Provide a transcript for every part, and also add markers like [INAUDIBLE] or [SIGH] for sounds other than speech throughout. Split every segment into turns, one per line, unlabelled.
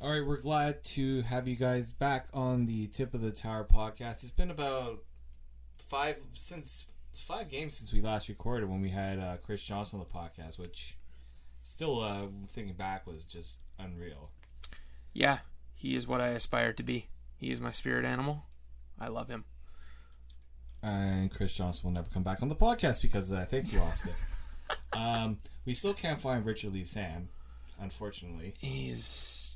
All right, we're glad to have you guys back on the Tip of the Tower podcast. It's been about five since five games since we last recorded when we had uh, Chris Johnson on the podcast, which still uh, thinking back was just unreal.
Yeah, he is what I aspire to be. He is my spirit animal. I love him.
and Chris Johnson will never come back on the podcast because I think he lost it. um, we still can't find Richard Lee Sam, unfortunately.
He's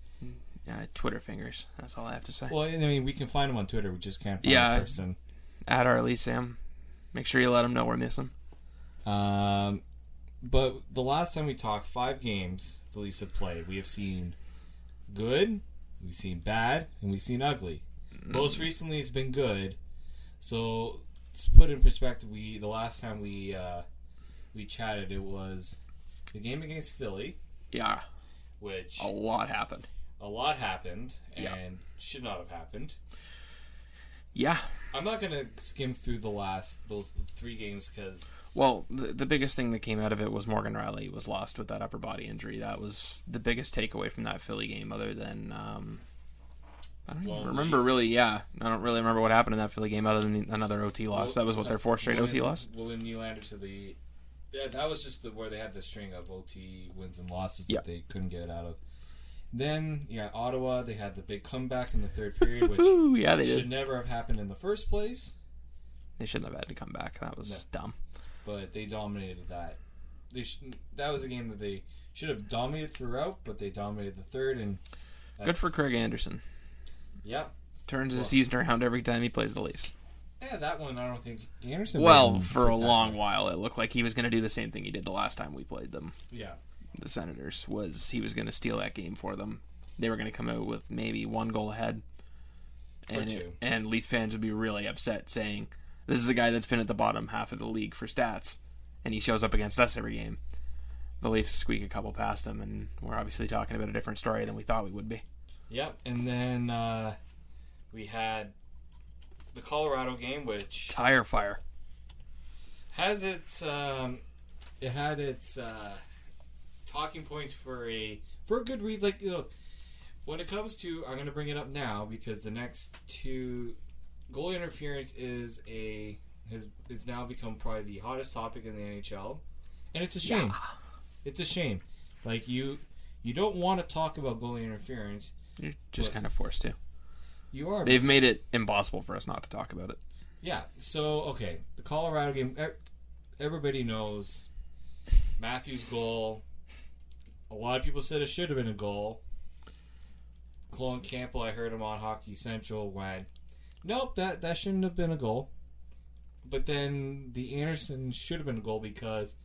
uh, Twitter fingers. That's all I have to say.
Well, I mean, we can find him on Twitter. We just can't find
Yeah.
the person.
At our Lee Sam, make sure you let him know we're missing.
Um, but the last time we talked, five games the Leafs have played, we have seen good, we've seen bad, and we've seen ugly. Most recently, it's been good. So, to put in perspective, we the last time we uh, we chatted, it was the game against Philly,
Yeah,
which
a lot happened.
a lot happened and
Oh. Yeah.
should not have happened.
Yeah.
I'm not gonna skim through the last those three games because
Well, the, the biggest thing that came out of it was Morgan Riley was lost with that upper body injury. That was the biggest takeaway from that Philly game, other than um, I don't
Long
even remember
lead.
really. Yeah, I don't really remember what happened in that Philly game, other than another OT loss. that was what their fourth straight OT
William-
loss.
William Nylander to the. That, that was just the, where they had the string of OT wins and losses
Yeah.
that they couldn't get out of. Then yeah, Ottawa they had the big comeback in the third period, which
Ooh, yeah, they did.
should never have happened in the first place.
They shouldn't have had to come back. That was dumb.
But they dominated that. They sh- that was a game that they should have dominated throughout, but they dominated the third and.
Good
that's-
for Craig Anderson.
Yeah.
Turns the season around every time he plays the Leafs.
Yeah, that one I don't think Anderson.
Well,
wasn't
for a long
spectacular.
while, it looked like he was going to do the same thing he did the last time we played them.
Yeah.
The Senators was he was going to steal that game for them. They were going to come out with maybe one goal ahead,
Or
and it-
two.
and Leaf fans would be really upset, saying, "This is a guy that's been at the bottom half of the league for stats, and he shows up against us every game." The Leafs squeak a couple past him, and we're obviously talking about a different story than we thought we would be.
Yep, and then uh, we had the Colorado game, which
Tire fire.
has its um, it had its uh, talking points for a for a good reason. Like you know, when it comes to, I'm going to bring it up now because the next two goal interference is a has is now become probably the hottest topic in the NHL, and it's a shame. It's a shame. Like you, you don't want to talk about goalie interference.
You're just
What?
kind of forced to.
You are
They've made it impossible for us not to talk about it.
Yeah. So okay, the Colorado game. e- Everybody knows Matthews' goal. A lot of people said it should have been a goal. Colin Campbell, I heard him on Hockey Central, went, "Nope that that shouldn't have been a goal." But then the Anderson should have been a goal because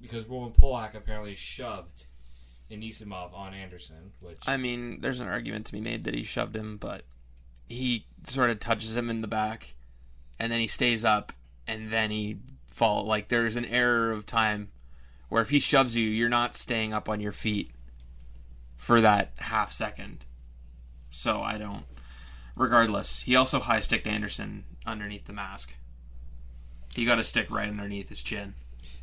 because Roman Polak apparently shoved Anisimov on Anderson, which
I mean, there's an argument to be made that he shoved him, but he sort of touches him in the back, and then he stays up, and then he fall. Like there's an error of time where if he shoves you, you're not staying up on your feet for that half second. So I don't. Regardless, he also high sticked Anderson underneath the mask. He got a stick right underneath his chin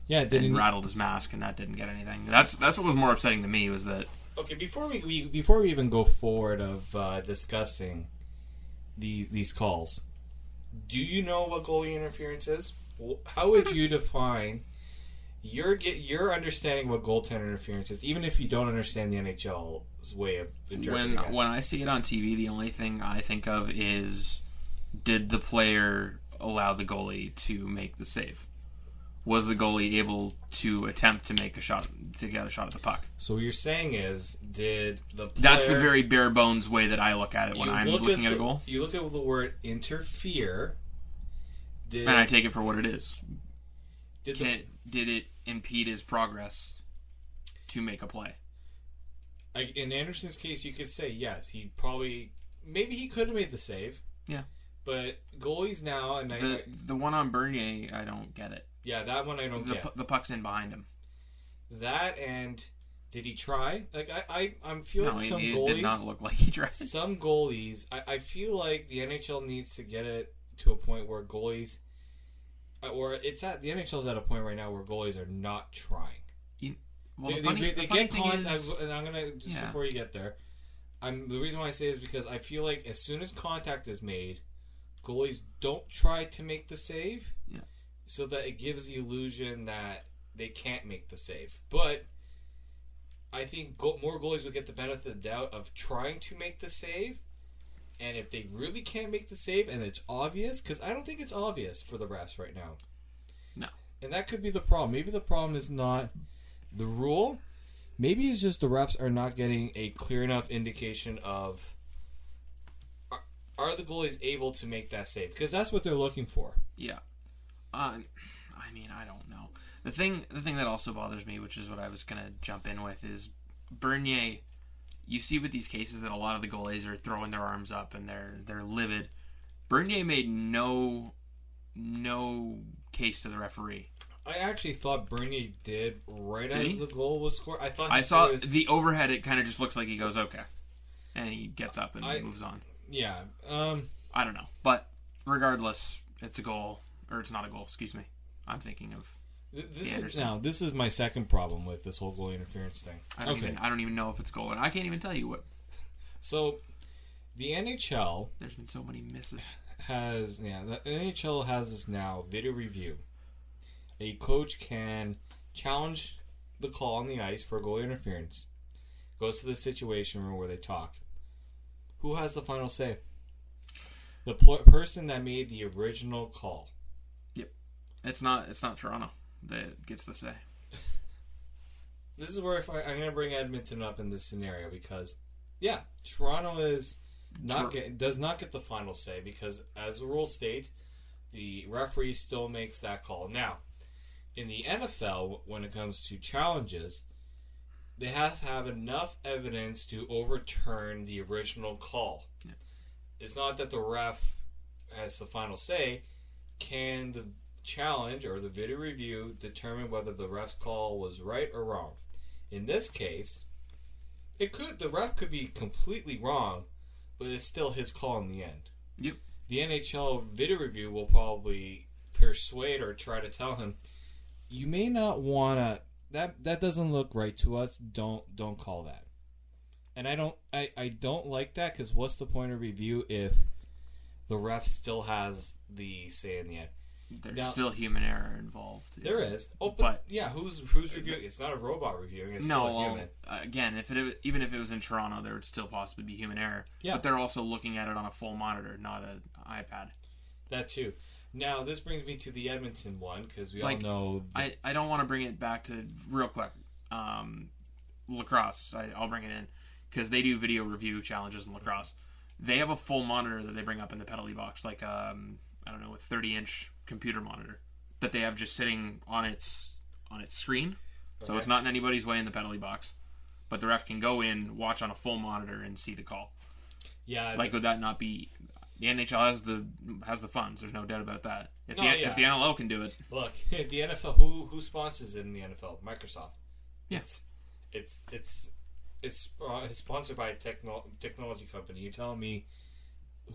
yeah
and
didn't
rattled his mask, and that didn't get anything. That's that's what was more upsetting to me was that
okay before we, we before we even go forward of uh, discussing the these calls do you know what goalie interference is Wh- how would you define your get your understanding what goaltender interference is even if you don't understand the NHL's way of
when
interpreting it?
when I see it on TV, the only thing I think of is did the player allow the goalie to make the save? Was the goalie able to attempt to make a shot to get a shot at the puck?
so what you're saying is did the player,
That's the very bare bones way that I look at it when
you
I'm
look
looking at,
the,
a goal,
you look at the word interfere did,
and I take it for what it is.
did the-
Can it, did it impede his progress to make a play?
I- in Anderson's case, you could say yes. He probably, maybe he could have made the save,
Yeah.
but goalies now, and I,
The
I-
the one on Bernier, I don't get it.
yeah, that one I don't
The,
get.
pu- the puck's in behind him.
that and did he try? Like I, I I'm feeling
No, it,
some
it did not
goalies,
look like he tried.
some goalies. I, I feel like the NHL needs to get it to a point where goalies, or it's at the NHL's at a point right now where goalies are not trying.
You, well,
they,
the funny,
they,
the
they
funny
get
thing
con-
is,
I, and I'm gonna just
Yeah.
before you get there. I'm the reason why I say is because I feel like as soon as contact is made, goalies don't try to make the save,
Yeah.
so that it gives the illusion that they can't make the save. But I think go- more goalies would get the benefit of the doubt of trying to make the save. And if they really can't make the save, and it's obvious, because I don't think it's obvious for the refs right now.
no,
And that could be the problem. Maybe the problem is not the rule. Maybe it's just the refs are not getting a clear enough indication of are, are the goalies able to make that save? Because that's what they're looking for.
yeah. Uh, I mean, I don't know. The thing, the thing that also bothers me, which is what I was gonna jump in with, is Bernier. You see with these cases that a lot of the goalies are throwing their arms up and they're they're livid. Bernier made no no case to the referee.
I actually thought Bernier did right
Did
as
he?
the goal was scored. I thought
I
he
saw
was-
the overhead. It kind of just looks like he goes okay, and he gets up and
I-
moves on.
yeah. Um,
I don't know. But regardless, it's a goal or it's not a goal. Excuse me. I'm thinking of.
th- this is
Anderson.
now this is my second problem with this whole goal interference thing.
I don't even. I don't even know if it's goal, and I can't even tell you what.
so the NHL
There's been so many
[SIGHS]
misses.
has yeah the NHL has this now video review. A coach can challenge the call on the ice for goalie interference. Goes to the situation room where they talk. Who has the final say? The pl- person that made the original call.
Yep. It's not. It's not Toronto that gets the say.
This is where if I, I'm going to bring Edmonton up in this scenario because, yeah, Toronto is not
Tor-
get, does not get the final say because, as the rules state, the referee still makes that call. Now, in the NFL, when it comes to challenges, they have to have enough evidence to overturn the original call.
Yeah.
It's not that the ref has the final say. Can the challenge or the video review determine whether the ref's call was right or wrong? In this case, it could the ref could be completely wrong, but it's still his call in the end.
Yep.
The NHL video review will probably persuade or try to tell him, you may not wanna that that doesn't look right to us. Don't don't call that. And I don't I, I don't like that because what's the point of review if the ref still has the say in the end?
There's
Now-
still human error involved.
There is. Oh, but,
But- uh,
yeah, who's who's reviewing? It's not a robot reviewing. It's
no,
still a
well,
human.
again, if it even if it was in Toronto, there would still possibly be human error.
Yeah.
But they're also looking at it on a full monitor, not an iPad.
That too. Now this brings me to the Edmonton one because we
Like,
all know.
I, I don't want to bring it back to real quick um, lacrosse. I, I'll bring it in because they do video review challenges in lacrosse. They have a full monitor that they bring up in the penalty box, like um, I don't know, a thirty inch computer monitor that they have just sitting on its on its screen, So
Okay.
it's not in anybody's way in the penalty box. But the ref can go in, watch on a full monitor, and see the call.
Yeah,
Like, would that not be? The NHL has the has the funds. There's no doubt about that. If the
Oh, yeah.
if the NLL can do it,
Look, [LAUGHS] the NFL. Who who sponsors it in the NFL? Microsoft.
Yeah.
It's it's it's it's, uh, it's sponsored by a techno- technology company. You tell me,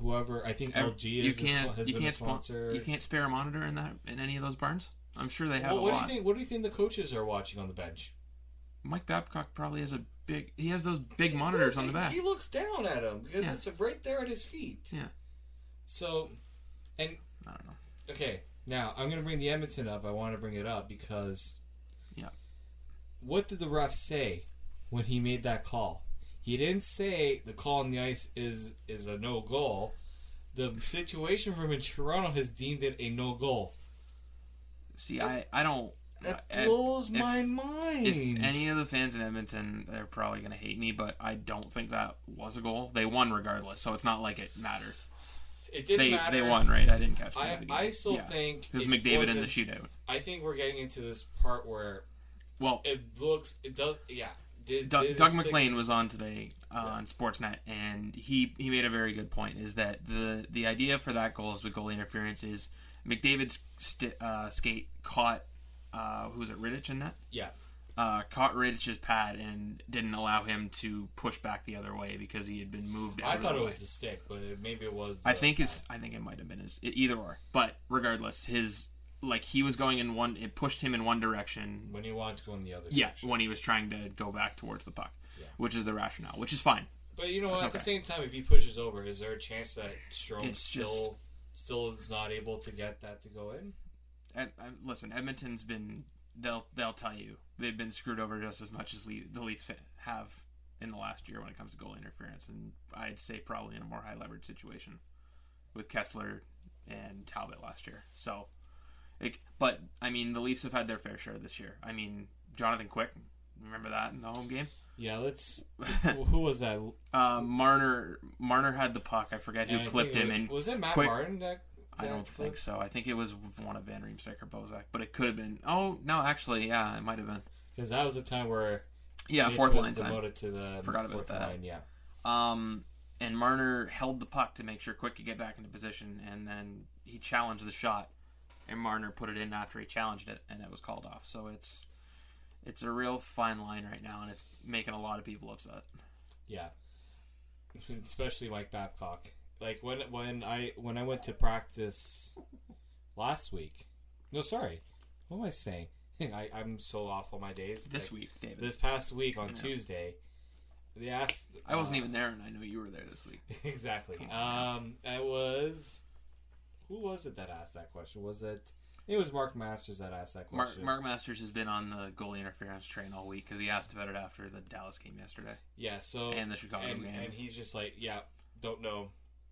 whoever I think LG
ev-
is
you
a spo-
can't
has
you
been
can't
a
spon-
sponsor.
you can't spare a monitor in that in any of those barns. I'm sure they have
Well,
a
what do
lot.
you think? What do you think the coaches are watching on the bench?
Mike Babcock probably has a big. He has those big monitors on the back.
He looks down at him because
Yeah.
it's right there at his feet.
Yeah,
So, and
I don't know.
okay, now I'm going to bring the Edmonton up. I want to bring it up because
Yeah,
what did the ref say when he made that call? He didn't say the call on the ice is is a no goal. The situation room in Toronto has deemed it a no goal.
see, I I don't.
That
I-
blows
Uh, if-
my mind.
If any of the fans in Edmonton, they're probably going to hate me, but I don't think that was a goal. They won regardless, so it's not like it mattered.
it didn't
they
matter.
they won, right? I didn't catch. the
I-
end of the
I
game.
still think
it was
it
McDavid in the
wasn't-
shootout.
I think we're getting into this part where
Well,
it looks. It does. Yeah. Did,
Doug,
did
Doug
this thing-
McLean was on today uh, on Sportsnet, and he, he made a very good point. Is that the the idea for that goal is with goalie interference is McDavid's sti uh, skate caught uh, who was it Riddich in that
Yeah.
uh, caught Riddich's pad and didn't allow him to push back the other way because he had been moved. out
I
of
thought
the
it
way.
was the stick, but it, maybe it was.
I
the-
think it's. I think it might have been his. It, either or, but regardless, his like he was going in one. It pushed him in one direction.
when he wanted to go in the other.
Yeah,
direction.
when he was trying to go back towards the puck, which is the rationale, which is fine.
But you know what?
That's
At the same
okay.
time, if he pushes over, is there a chance that Strom
It's
still
just-
still is not able to get that to go in?
Ed, I, listen, Edmonton's been. They'll they'll tell you they've been screwed over just as much as Le- the Leafs have in the last year when it comes to goal interference, and I'd say probably in a more high leverage situation with Kessler and Talbot last year. So, it, but I mean, the Leafs have had their fair share this year. I mean, Jonathan Quick, remember that in the home game? [LAUGHS]
Yeah, let's. who who was that?
Uh, Marner Marner had the puck. I forget who
And I
clipped
think
him,
it
and
was, was it Matt
Quick-
Martin that?
I
that
don't think
clipped?
so. I think it was one of Van Riemsdyk or Bozak, but it could have been. Oh no, actually, yeah, it might have been.
Because that was the time where
Yeah,
Mitch
fourth
was
line time.
demoted to the
Forgot about
fourth
that.
line. Yeah,
Um, and Marner held the puck to make sure Quick could get back into position, and then he challenged the shot, and Marner put it in after he challenged it, and it was called off. So it's it's a real fine line right now, and it's making a lot of people upset.
yeah. Especially Mike Babcock. Like when when I when I went to practice last week. No, sorry. What am I saying? [LAUGHS] I, I'm so off on my days.
This
Like,
week, David,
this past week on Tuesday, they asked.
I wasn't
uh,
even there, and I know you were there this week.
[LAUGHS] exactly. Um, I was. Who was it that asked that question? Was it? It was Mark Masters that asked that
Mark,
question.
Mark Masters has been on the goalie interference train all week because he asked about it after the Dallas game yesterday.
yeah. So
and the Chicago
and,
game.
and he's just like, yeah, don't know,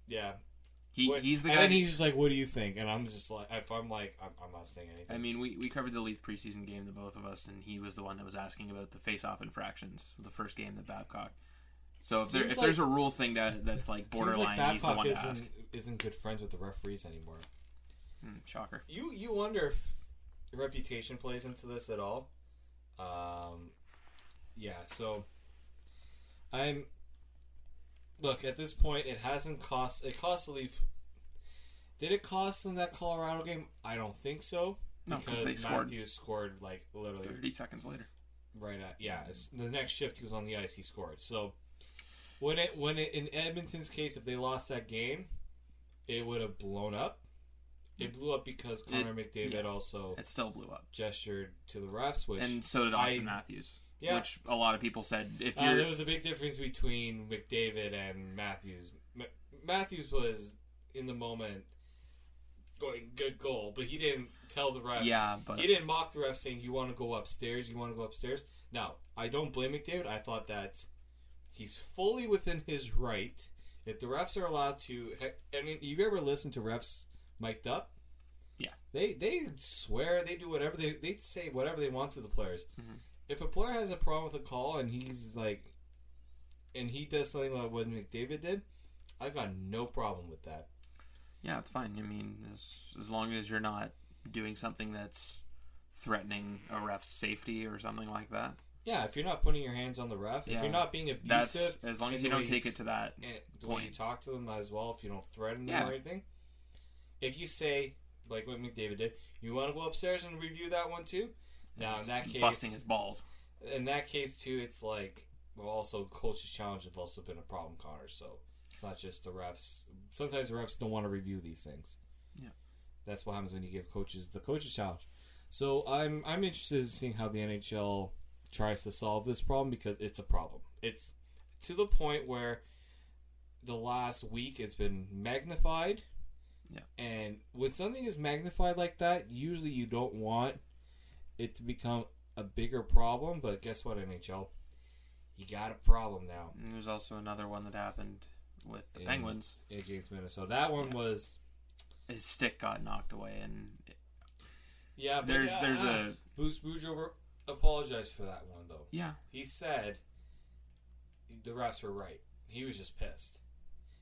yeah.
He,
What-
he's the guy.
And then he's just like, what do you think? And I'm just like, if I'm like, I'm, I'm not saying anything.
I mean, we, we covered the Leaf preseason game, the both of us, and he was the one that was asking about the face-off infractions, the first game that Babcock. So if, there,
Seems
if there's a
like-
rule thing that that's like borderline,
Seems like
he's the one to
isn't,
ask.
isn't good friends with the referees anymore.
Hmm, shocker.
You you wonder if reputation plays into this at all. Um, yeah, so I'm look at this point. It hasn't cost. It cost the Leaf. Did it cost them that Colorado game? I don't think so.
No, 'cause they scored.
Matthews scored like literally
Thirty seconds later.
right at yeah. It's, the next shift he was on the ice, he scored. So when it when it in Edmonton's case, if they lost that game, it would have blown up. It blew up because Connor McDavid
yeah.
also
It still blew up,
gestured to the refs, Oh. which
and so did
I-
Austin Matthews,
Yeah.
which a lot of people said if
uh,
you're
there was a big difference between McDavid and Matthews. Ma- Matthews was in the moment going good goal, but he didn't tell the refs.
Yeah, but-
he didn't mock the refs saying you want to go upstairs, you want to go upstairs. Now I don't blame McDavid. I thought that's he's fully within his right. If the refs are allowed to, heck, I mean, you ever listened to refs mic'd up?
Yeah.
They they swear they do whatever they they say whatever they want to the players.
Mm-hmm.
If a player has a problem with a call and he's like, and he does something like what McDavid did, I've got no problem with that.
Yeah, it's fine. I mean, as as long as you're not doing something that's threatening a ref's safety or something like that.
Yeah, if you're not putting your hands on the ref, if
Yeah.
you're not being
That's
abusive,
as long as
in
you
the
don't
way
take
s-
it to that.
eh, the way you
point.
talk to them as well, if you don't threaten them
Yeah.
or anything. If you say, like what McDavid did, you want to go upstairs and review that one too. Now in that case,
busting his balls.
in that case too, it's like well, also coaches challenge have also been a problem, Connor. So it's not just the refs. Sometimes the refs don't want to review these things.
Yeah.
that's what happens when you give coaches the coaches challenge. So I'm I'm interested in seeing how the NHL tries to solve this problem because it's a problem. It's to the point where the last week it's been magnified.
Yeah.
And when something is magnified like that, usually you don't want it to become a bigger problem, but guess what, NHL? You got a problem now.
And there's also another one that happened with the
In
Penguins.
AJ's Minnesota. That one was
His stick got knocked away, and
yeah. But,
There's-
uh,
there's
uh,
a-
Bruce Boudreaux apologized for that one though.
yeah,
He said the refs were right. He was just pissed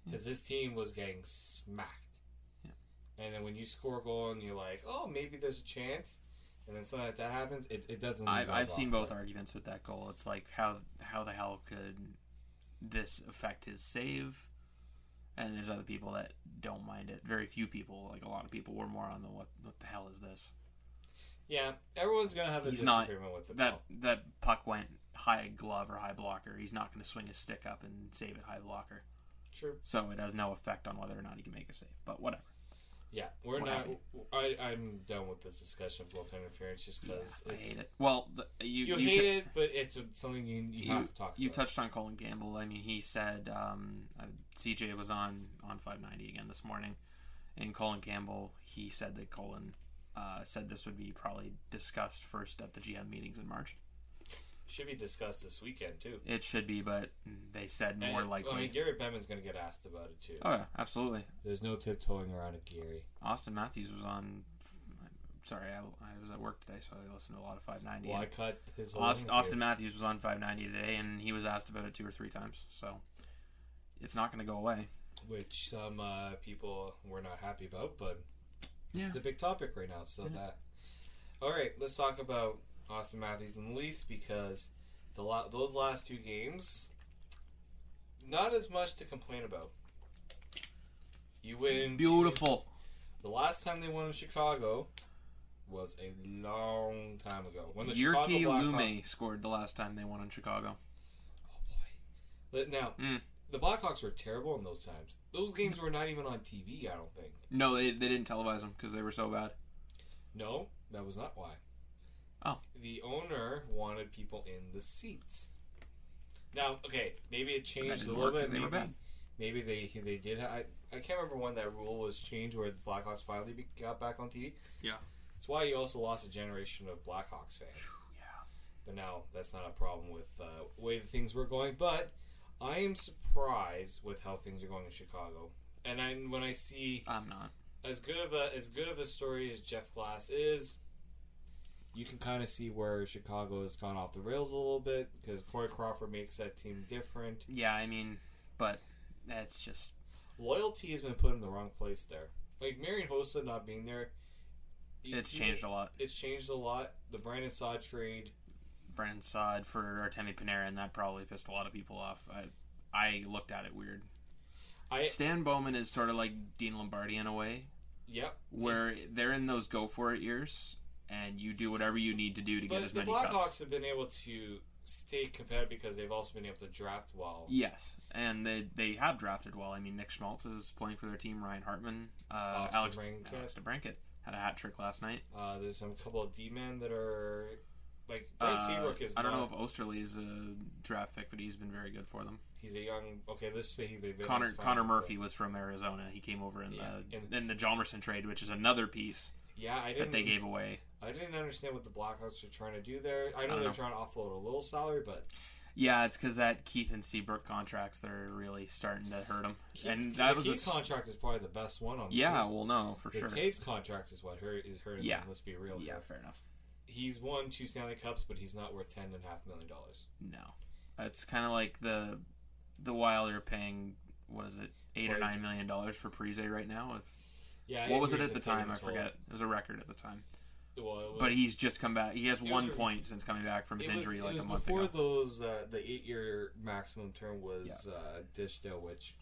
because his team was getting smacked.
Hmm. Yeah.
And then when you score a goal and you're like, oh, maybe there's a chance, and then something like that happens, it, it doesn't.
I've,
go
I've
well.
seen both arguments with that goal. It's like how how the hell could this affect his save? And there's other people that don't mind it. Very few people, like a lot of people, were more on the what what the hell is this?
Yeah, everyone's gonna have a
He's not
disagreement with the
that
call.
that puck went high glove or high blocker. He's not going to swing his stick up and save it high blocker.
Sure.
So it has no effect on whether or not he can make a save. But whatever.
Yeah, we're
What
not.
happened?
I, I'm done with this discussion of goaltime interference just because
I
it's
hate it. Well, the, you
you,
you
hate
t-
it, but it's a, something you, you, have to talk.
you
about.
touched on Colin Campbell. I mean, he said um, uh, CJ was on on 590 again this morning, and Colin Campbell he said that Colin uh, said this would be probably discussed first at the GM meetings in March.
should be discussed this weekend too.
It should be, but they said more
And,
likely.
I mean, Gary Bettman's gonna get asked about it too.
oh yeah, absolutely.
There's no tiptoeing around it, Gary.
Austin Matthews was on. I'm sorry, I, I was at work today, so I listened to a lot of 590.
Well, I
and
cut his whole
Aust-
interview.
Austin Matthews was on 590 today, and he was asked about it two or three times. So it's not going to go away.
which some uh, people were not happy about, but it's the big topic right now. So that. All right, let's talk about Austin Matthews and the Leafs because the la- those last two games, not as much to complain about. You win.
Beautiful.
The last time they won in Chicago was a long time ago. When the Chicago
Yurki
Blackhawks-
Lume scored the last time they won in Chicago.
Oh boy! But Now
Mm.
the Blackhawks were terrible in those times. Those games were not even on TV. I don't think.
No, they, they didn't televise them because they were so bad.
No, that was not why.
Oh.
The owner wanted people in the seats. Now, okay, maybe it
And that
changed a
didn't
little
work
bit.
'cause they
Maybe,
were bad.
maybe they they did. I I can't remember when that rule was changed where the Blackhawks finally be, got back on TV.
Yeah.
That's why you also lost a generation of Blackhawks fans.
Yeah.
But now that's not a problem with uh, way the things were going. But I am surprised with how things are going in Chicago. And I, when I see
I'm not.
as good of a as good of a story as Jeff Glass is, you can kind of see where Chicago has gone off the rails a little bit because Corey Crawford makes that team different.
Yeah, I mean, but that's just.
Loyalty has been put in the wrong place there. Like Marion Hossa not being there, you-
It's
you-
changed a lot.
It's changed a lot. The Brandon Saad trade,
Brennan Sod for Artemi Panarin, that probably pissed a lot of people off. I, I looked at it weird.
I
Stan Bowman is sort of like Dean Lombardi in a way,
yep.
where they're in those go for it years, and you do whatever you need to do to get
But
as
the
many
Blackhawks
cups.
have been able to stay competitive because they've also been able to draft well.
Yes, and they they have drafted well. I mean, Nick Schmaltz is playing for their team. Ryan Hartman, uh,
Alex
Alex
DeBrincat.
Alex DeBrincat had a hat trick last night.
Uh, there's some couple of D men that are like Brad
Uh,
Seabrook is.
I don't
not-
know if Osterley is a draft pick, but he's been very good for them.
He's a young. Okay, let's say they've been
Connor
on fire.
Connor Murphy was from Arizona. He came over in
Yeah, and-
the in the Jalmerson trade, which is another piece
Yeah, I didn't.
that they gave away.
I didn't understand what the Blackhawks were trying to do there. I know
don't
they're
know.
trying to offload a little salary, but
Yeah, it's because that Keith and Seabrook contracts they're really starting to hurt them. and
Keith-
that
the
was a
Keith
s-
contract is probably the best one on. the
yeah.
team.
Well, no, for
the
sure.
Taves contract is what hurt is hurting.
Yeah.
them, let's be real.
Yeah,
here.
fair enough.
he's won two Stanley Cups, but he's not worth ten and a half million dollars.
No, that's kind of like the the Wilder paying what is it eight or
Right.
nine million dollars for Prize right now. If
Yeah,
what was it
injuries
at the
have taken
time? I
a toll.
forget. It was a record at the time.
Well, it was,
But he's just come back. He has
was
one
a-
point since coming back from his
it was-
injury
it
like
was
a month
before
ago.
those uh, the eight year maximum term was uh, dished out, which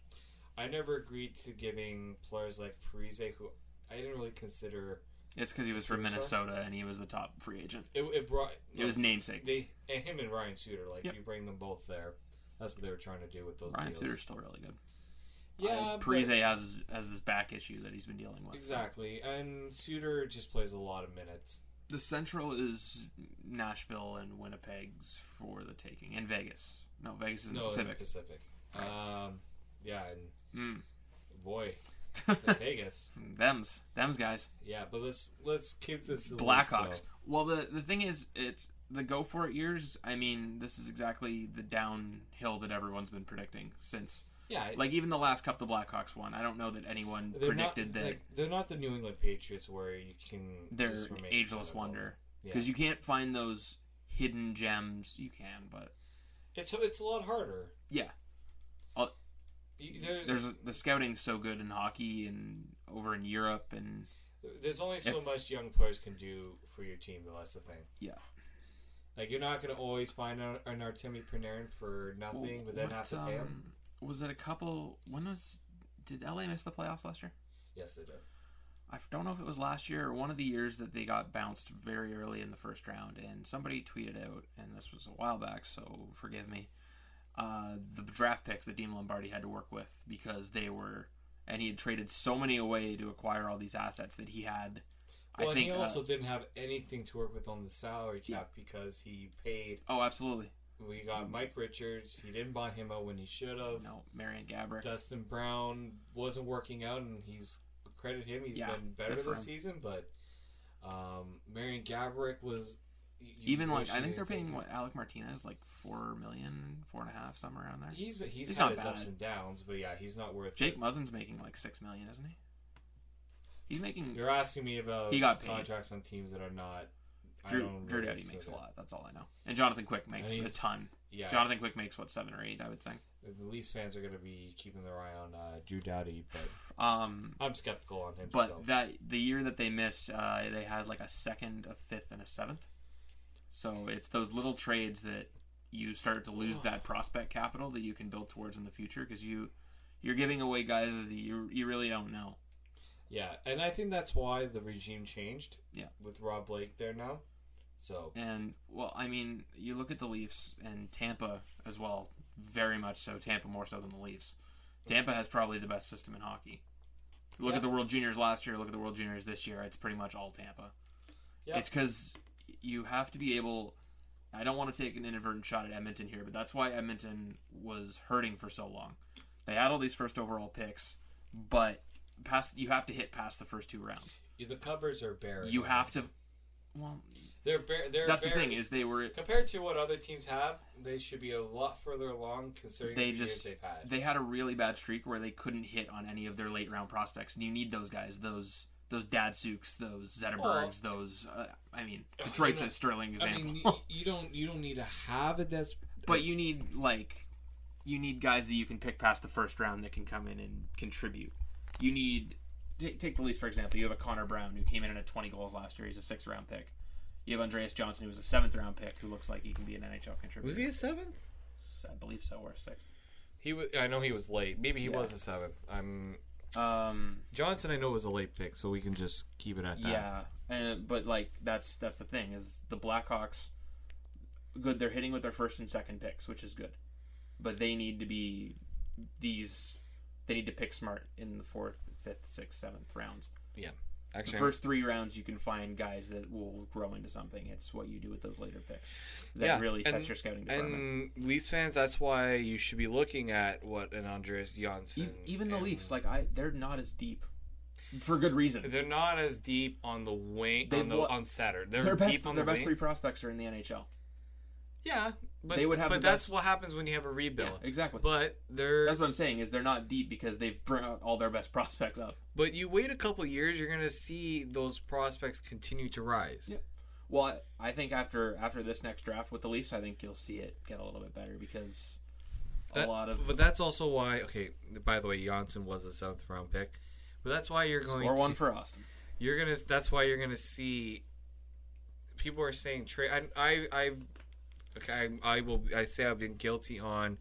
I never agreed to giving players like Parise, who I didn't really consider.
It's because he was from
Superstar?
Minnesota and he was the top free agent.
It, it brought
It was namesake.
they and him and Ryan Suter. Like
Yep.
you bring them both there. That's what they were trying to do with those
Ryan
deals.
Suter's still really good.
Yeah, but-
Parise has has this back issue that he's been dealing with.
exactly. And Suter just plays a lot of minutes.
The Central is Nashville and Winnipeg's for the taking, and Vegas. No, Vegas is in
No,
the
in
Pacific.
the Pacific. Um, yeah, and
Mm.
boy,
[LAUGHS]
the Vegas.
Them's them's guys.
Yeah, but let's let's keep this loose,
Blackhawks.
though.
Well, the the thing is, it's the go for it years. I mean, this is exactly the downhill that everyone's been predicting since.
Yeah,
Like even the last cup the Blackhawks won. I don't know that anyone
they're
predicted
not,
that
like, they're not the New England Patriots where you can
they're
just
an
remain kind
ageless
of-
wonder
Yeah.
because you can't find those hidden gems. You can, but
It's it's a lot harder.
yeah,
You- There's
there's
there's,
the scouting's so good in hockey and over in Europe and
only so
if-
much young players can do for your team. Though that's the thing.
yeah.
Like you're not going to always find an, an Artemi Panarin for nothing, but then
What,
have to pay him.
um, Was it a couple? When was did LA miss the playoffs last year?
Yes, they do.
I don't know if it was last year or one of the years that they got bounced very early in the first round, and somebody tweeted out, and this was a while back, so forgive me, uh, the draft picks that Dean Lombardi had to work with because they were, and he had traded so many away to acquire all these assets that he had.
Well,
I
and
think.
he also
uh,
didn't have anything to work with on the salary cap because he paid.
oh, absolutely.
We got Mike Richards. He didn't buy him out when he should have.
Mm. No, Marion Gabrick.
Dustin Brown wasn't working out, and he's credit him. He's
Yeah,
been better
good for
this
him.
season, but um, Marion Gabrick was you- you
Even like
wish
I
he
think they're
didn't
paying
take
what Alec Martinez like four million, four and a half, somewhere around there.
him. He's been- he's,
He's
had
not
his
bad.
ups and downs, but yeah, he's not worth.
Jake
it.
Muzzin's making like six million, isn't he? He's making
you're asking me about
He got paid.
contracts on teams that are not. I
Drew,
don't
Drew
really
Doughty makes a
feel that.
lot. That's all I know. And Jonathan Quick makes a
he's-
ton.
Yeah,
Jonathan Quick makes what seven or eight, I would think.
the Leafs fans are going to be keeping their eye on uh, Drew Doughty, but
Um,
I'm skeptical on him. still.
but that the year that they miss, uh, they had like a second, a fifth, and a seventh. So it's those little trades that you start
[SIGHS]
to lose that prospect capital that you can build towards in the future because you you're giving away guys that you you really don't know.
yeah, and I think that's why the regime changed.
Yeah.
with Rob Blake there now, so
And well, I mean, you look at the Leafs and Tampa as well, very much so. Tampa more so than the Leafs. Tampa has probably the best system in hockey. Look
Yeah.
at the World Juniors last year. Look at the World Juniors this year. It's pretty much all Tampa.
Yeah.
It's because you have to be able. I don't want to take an inadvertent shot at Edmonton here, but that's why Edmonton was hurting for so long. They had all these first overall picks, but past you have to hit past the first two rounds.
the cupboards are bare.
You have to. Well,
They're bare. They're
that's the
bare,
thing is they were
compared to what other teams have, they should be a lot further along considering
they
the
just
years they've had.
they had a really bad streak where they couldn't hit on any of their late round prospects, and you need those guys, those those Dadsuks, those Zetterbergs, those. Uh, I mean, Detroit's a sterling
I
example,
mean, you, you don't you don't need to have a that's
[LAUGHS] but you need like you need guys that you can pick past the first round that can come in and contribute. You need take, take the Leafs for example. You have a Connor Brown who came in at 20 goals last year. He's a sixth round pick. You have Andreas Johnson who was a seventh round pick who looks like he can be an NHL contributor.
was he a seventh?
I believe so or sixth.
He was. I know he was late. Maybe he was a seventh. I'm
Um,
Johnson. I know was a late pick, so we can just keep it at that.
Yeah, and but like that's that's the thing is the Blackhawks. Good, they're hitting with their first and second picks, which is good, but they need to be these. They need to pick smart in the fourth, fifth, sixth, seventh rounds.
yeah.
The
Actually,
first three rounds, you can find guys that will grow into something. It's what you do with those later picks that really tests your scouting department.
And Leafs fans, that's why you should be looking at what an Andreas Janssen.
Even, even the
and-
Leafs, like I, they're not as deep, for good reason.
they're not as deep on the wing on
They've
the
lo-
on Saturn. They're
Their best,
deep on
their
the
best
wing.
three prospects are in the NHL.
Yeah, but
They would have
But
the
that's
best-
what happens when you have a rebuild.
Yeah, exactly.
But they're
That's what I'm saying is they're not deep because they've brought all their best prospects up.
but you wait a couple years, you're gonna see those prospects continue to rise.
Yeah. Well, I I think after after this next draft with the Leafs, I think you'll see it get a little bit better because a
That-
lot of
But that's also why. Okay, by the way, Janssen was a seventh round pick. But that's why you're going
or one
to-
for Austin.
you're gonna that's why you're gonna see people are saying trade. I, I, I, okay, I, I will. I say I've been guilty on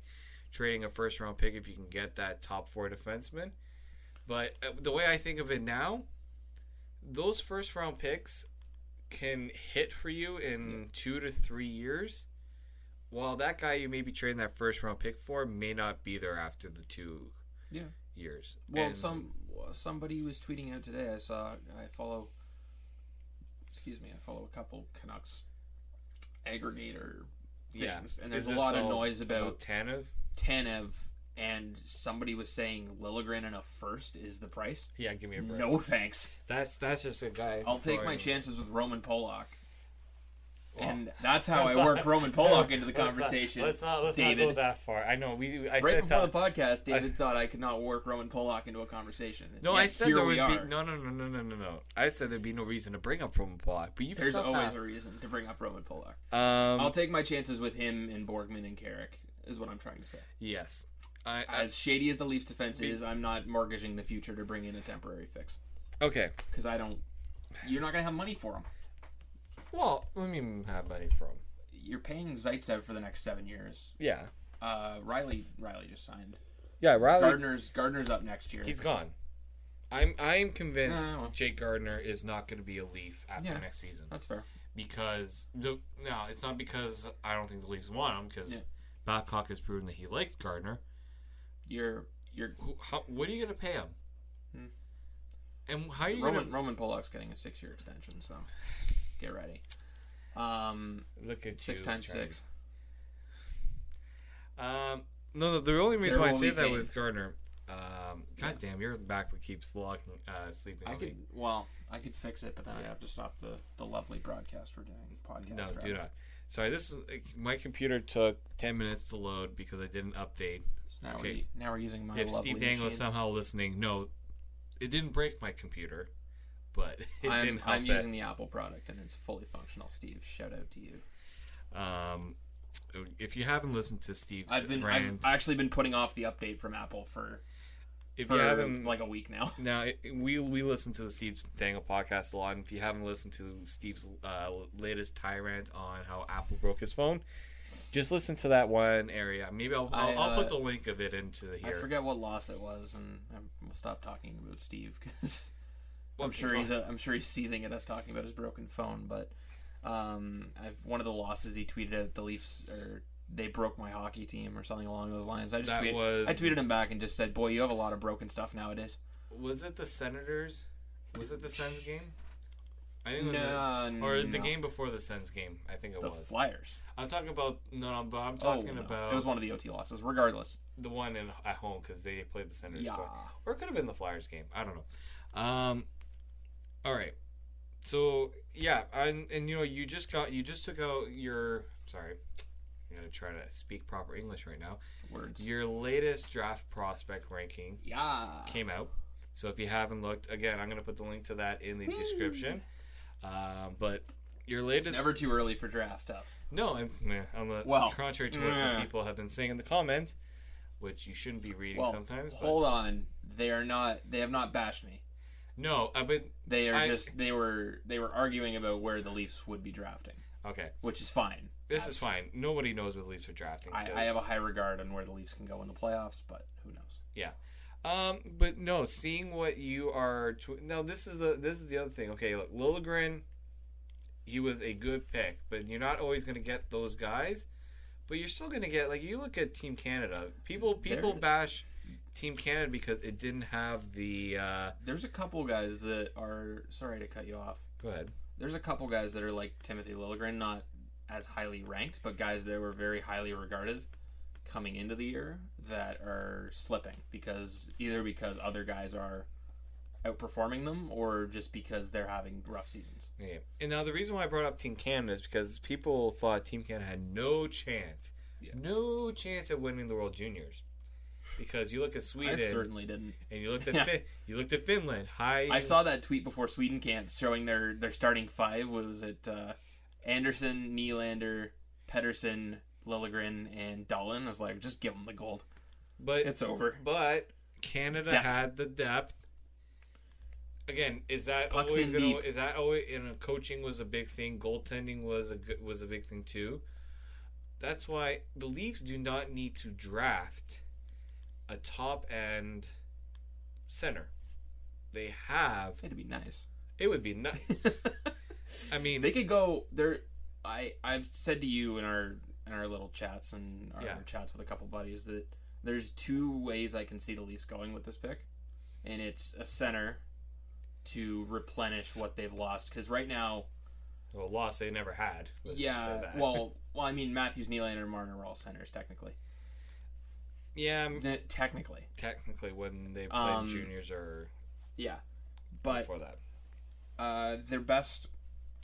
trading a first round pick if you can get that top four defenseman. But uh, the way I think of it now, those first round picks can hit for you in two to three years. While that guy you may be trading that first round pick for may not be there after the two
Yeah.
years.
Well,
And-
some somebody was tweeting out today. I saw. I follow. Excuse me. I follow a couple Canucks aggregator
yeah,
things, and there's
Is
a
this
lot of
all
noise about
Tanev.
Tanev, and somebody was saying Lilligren and a first is the price.
Yeah, give me a break.
No thanks.
That's that's just a guy.
I'll take my
throwing-
chances with Roman Polak.
Well,
and that's how I
let's
work
not- [LAUGHS]
Roman Polak into the
let's not-
conversation.
Let's not let's
David.
not go that far. I know we. I
Right
said
before
to-
the podcast, David thought I could not work Roman Polak into a conversation. And
No,
yet
I said
here
there would
we
be
are.
no, no, no, no, no, no, no. I said there'd be no reason to bring up Roman Polak, but you.
There's
forgot
always
that.
a reason to bring up Roman Polak.
Um,
I'll take my chances with him and Borgman and Carrick, is what I'm trying to say.
yes. I, I
As shady as the Leafs defense is, I'm not mortgaging the future to bring in a temporary fix
okay.
because I don't. You're not going to have money for him.
Well, let me have money from.
You're paying Zaitsev for the next seven years.
Yeah,
Uh, Riley, Riley just signed.
yeah. Riley,
Gardner's Gardner's up next year.
he's gone. I'm I'm convinced
No, no, no.
Jake Gardner is not going to be a Leaf after
Yeah.
next season.
That's fair.
because no, no, it's not because I don't think the Leafs want him because
Yeah.
Babcock has proven that he likes Gardner.
You're you're
Who, how, what are you going to pay him?
Hmm.
And how are you
Roman
going to
Roman Polak's getting a six year extension, so get ready. Um,
look at
six
you
times
trying to-
six.
Um, no, no. The only reason
There
why I
will
say
be
that
pain.
with Gardner, um, goddamn, your backwood keeps locking, uh, sleeping.
I
on me.
could well, I could fix it, but then I have to stop the the lovely broadcast we're doing. Podcast.
No,
rather.
do not. Sorry, this is, my computer took ten minutes to load because I didn't update.
So now
Okay.
we're now we're using my
if
lovely
Steve Dangle is
machine.
somehow listening, no, it didn't break my computer, but [LAUGHS] it
I'm,
didn't help
I'm
that-
using the Apple product and it's fully functional. Steve, shout out to you.
Um, if you haven't listened to Steve's
I've been
rant,
I've actually been putting off the update from Apple for,
if
for
you haven't
like a week now.
Now it, we we listen to the Steve's Dangle podcast a lot, and if you haven't listened to Steve's uh, latest tyrant on how Apple broke his phone, just listen to that one area. Maybe I'll
I,
I'll, I'll put
uh,
the link of it into the here.
I forget what loss it was, and I will stop talking about Steve because [LAUGHS] I'm
Okay,
sure
go
he's i I'm sure he's seething at us talking about his broken phone. But um, I've one of the losses he tweeted out the Leafs or they broke my hockey team or something along those lines. I just
That
tweeted,
was-
I tweeted him back and just said, "Boy, you have a lot of broken stuff nowadays."
Was it the Senators? Was it the Sens game? I think it was
No,
the, or the
no.
game before the Sens game. I think it
The
was.
Flyers.
I'm talking about no, no, but I'm talking
oh, no.
about
it was one of the OT losses. Regardless,
the one in at home because they played the Senators.
Yeah.
twice. or it could have been the Flyers game. I don't know. Um, all right. So yeah, and and you know you just got you just took out your sorry, I'm gonna try to speak proper English right now.
words.
Your latest draft prospect ranking
Yeah.
came out. So if you haven't looked, again, I'm gonna put the link to that in the description. Um, but your latest
Never too early for draft stuff.
no, I'm, meh, on the
Well,
contrary to what some
meh.
people have been saying in the comments, which you shouldn't be reading
Well,
sometimes. but-
hold on. They are not. They have not bashed me.
no, I've been
They are
I-
just they were they were arguing about where the Leafs would be drafting,
okay.
which is fine.
This
As-
is fine. Nobody knows what Leafs are drafting.
I,
'cause-
I have a high regard on where the Leafs can go in the playoffs, but who knows?
yeah. Um, but no, seeing what you are. Tw- now this is the this is the other thing. Okay, look, Lilligren, he was a good pick, but you're not always going to get those guys. But you're still going to get like you look at Team Canada. People people
There-
bash Team Canada because it didn't have the. Uh,
There's a couple guys that are sorry to cut you off.
go ahead.
There's a couple guys that are like Timothy Lilligren, not as highly ranked, but guys that were very highly regarded coming into the year that are slipping because either because other guys are outperforming them or just because they're having rough seasons.
Yeah. And now the reason why I brought up Team Canada is because people thought Team Canada had no chance, no chance at winning the World Juniors, because you look at Sweden
I certainly didn't.
and you looked at
[LAUGHS] Yeah.
fin- you looked at Finland. High.
I saw that tweet before Sweden camp showing their their starting five. What was it? Uh, Anderson, Nylander, Pedersen, Lilligren, and Dolan. I was like, just give them the gold.
but
It's over.
But Canada
Depth.
had the depth Again, is that
Pucks
always
in
gonna?
deep.
Is that always? You know, coaching was a big thing. Goaltending was a good, was a big thing too. That's why the Leafs do not need to draft a top end center. They have.
It'd be nice.
It would be
[LAUGHS]
nice. I mean,
They could go there. I I've said to you in our in our little chats and our
Yeah.
chats with a couple buddies that there's two ways I can see the Leafs going with this pick, and it's a center to replenish what they've lost because right now,
well, loss they never had. Let's just say
yeah,
that.
well, well, I mean Matthews, Nylander, and Marner are all centers technically.
yeah. I'm-
Te- Technically,
Technically, when they played
Um,
juniors or
yeah, but
before that,
uh, their best,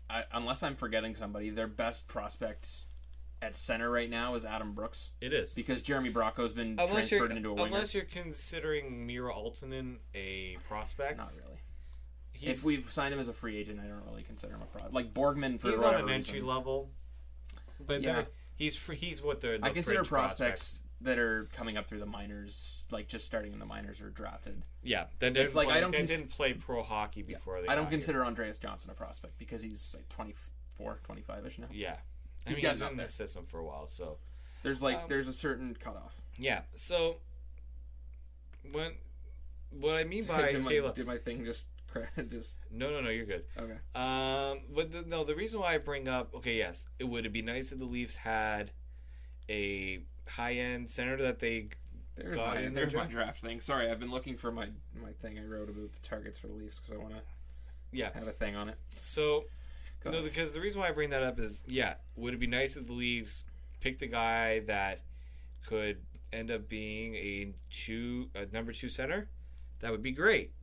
I, unless I'm forgetting somebody, their best prospect at center right now is Adam Brooks.
it is.
because Jeremy Bracco's been
unless you're
transferred into a winger.
unless you're considering Mira Altonen a prospect.
Not really.
He's,
if we've signed him as a free agent, I don't really consider him a pro. Like Borgman for
he's on
whatever
an entry
reason.
level, but
Yeah.
they're- he's fr- he's what they're. The
I consider
fringe
prospects that are coming up through the minors, like just starting in the minors or drafted.
Yeah, they didn't
like,
play,
I don't
they
cons-
didn't play pro hockey before they.
I don't
got here.
consider Andreas Johnson a prospect because he's like 24, 25 ish now.
Yeah, I
He's
mean
gotten
he's
up
been in the
there.
system for a while, so
There's like
Um,
there's a certain
[LAUGHS]
cutoff.
yeah. So when what I
[LAUGHS]
mean by
did, my,
Caleb,
did my thing just cra- [LAUGHS] just
no, no, no, you're good.
okay?
Um, but the, no, the reason why I bring up okay, yes, it would be nice if the Leafs had a high end center that they
There's
Got
my
in
there's
there,
[LAUGHS] my
Jack?
draft thing. Sorry, I've been looking for my my thing I wrote about the targets for the Leafs because I want to
yeah.
have a thing on it.
So
Go
no,
ahead.
because the reason why I bring that up is yeah, would it be nice if the Leafs picked a guy that could end up being a two a number two center? That would be great.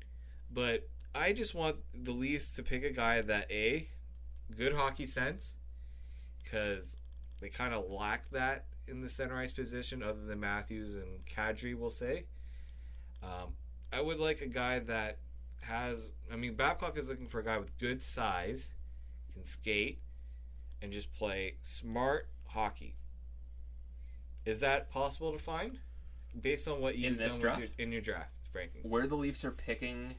But I just want the Leafs to pick a guy that a good hockey sense because they kind of lack that in the center ice position, other than Matthews and Kadri, we'll say. Um, I would like a guy that has. I mean, Babcock is looking for a guy with good size, can skate, and just play smart hockey. Is that possible to find, based on what you've
this
done
draft?
With your, in your draft rankings?
where the Leafs are picking,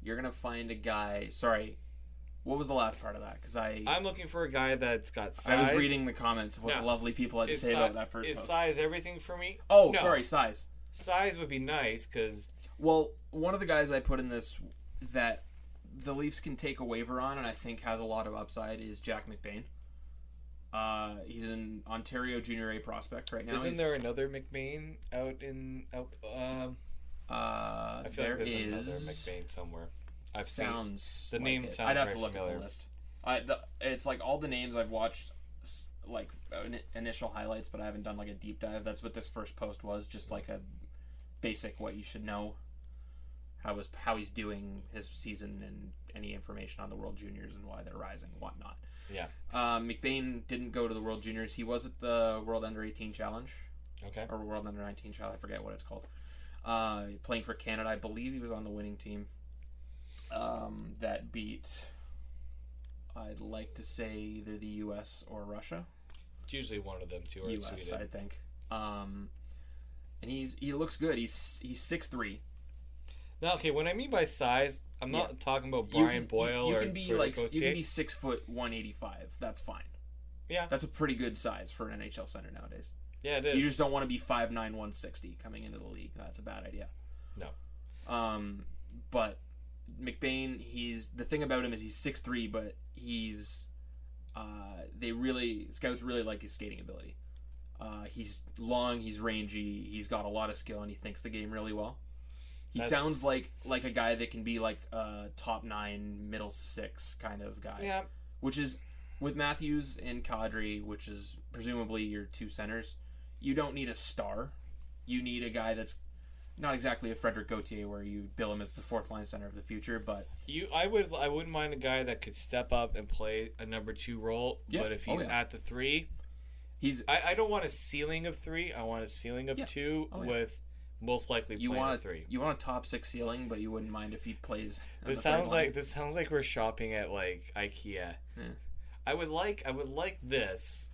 you're gonna find a guy. Sorry, what was the last part of that? Because I
I'm looking for a guy that's got size.
I was reading the comments of what
No.
lovely people had to
Is,
say
si-
about that first
is
post.
size everything for me?
oh,
No.
sorry, size.
Size would be nice because
Well, one of the guys I put in this that the Leafs can take a waiver on, and I think has a lot of upside, is Jack McBain. Uh, he's an Ontario Junior A prospect right now.
isn't
He's-
there another McBain out in out? Um,
Uh,
I feel
there
like there's
is
another McBain somewhere. I've seen.
sounds
the
like
name
it.
sounds
I'd have
very
to look at
familiar.
the list. I the, it's like all the names I've watched, s- like uh, in, initial highlights, but I haven't done like a deep dive. That's what this first post was, just like a basic what you should know. How is how he's doing his season and any information on the World Juniors and why they're rising, whatnot.
Yeah.
Uh, McBain didn't go to the World Juniors. He was at the World Under 18 Challenge
Okay.
or World Under 19 Challenge. I forget what it's called. Uh, playing for Canada, I believe he was on the winning team. Um, that beat. I'd like to say either the U.S. or Russia.
It's usually one of them two or
U.S. I
Sweden.
think. Um, and he's he looks good. He's he's six three.
Now, okay, when I mean by size, I'm not talking about Oh, Brian Boyle
you
or
can be
Bruno
like you
Gauthier.
can be six foot one eighty five. That's fine.
Yeah,
That's a pretty good size for an NHL center nowadays.
yeah, it
You
is.
just don't want to be five nine one sixty coming into the league. That's a bad idea.
No.
Um, but McBain, he's the thing about him is he's six three, but he's uh, they really scouts really like his skating ability. Uh, he's long, he's rangy, he's got a lot of skill, and he thinks the game really well. He
That's-
sounds like like a guy that can be like a top nine, middle six kind of guy
Yeah,
which is with Matthews and Kadri, which is presumably your two centers, you don't need a star. You need a guy that's not exactly a Frederick Gauthier where you bill him as the fourth line center of the future, but
you. I would. I wouldn't mind a guy that could step up and play a number two role.
Yeah.
But if
Oh,
he's
yeah.
at the three,
he's
I, I don't want a ceiling of three. I want a ceiling of
Yeah.
two
Oh, yeah.
with most likely
you
playing
want
a
a,
three.
you want a top six ceiling, but you wouldn't mind if he plays. on the
This
third
sounds
line. Hmm.
like this sounds like we're shopping at like IKEA.
Yeah.
I would like I would like this,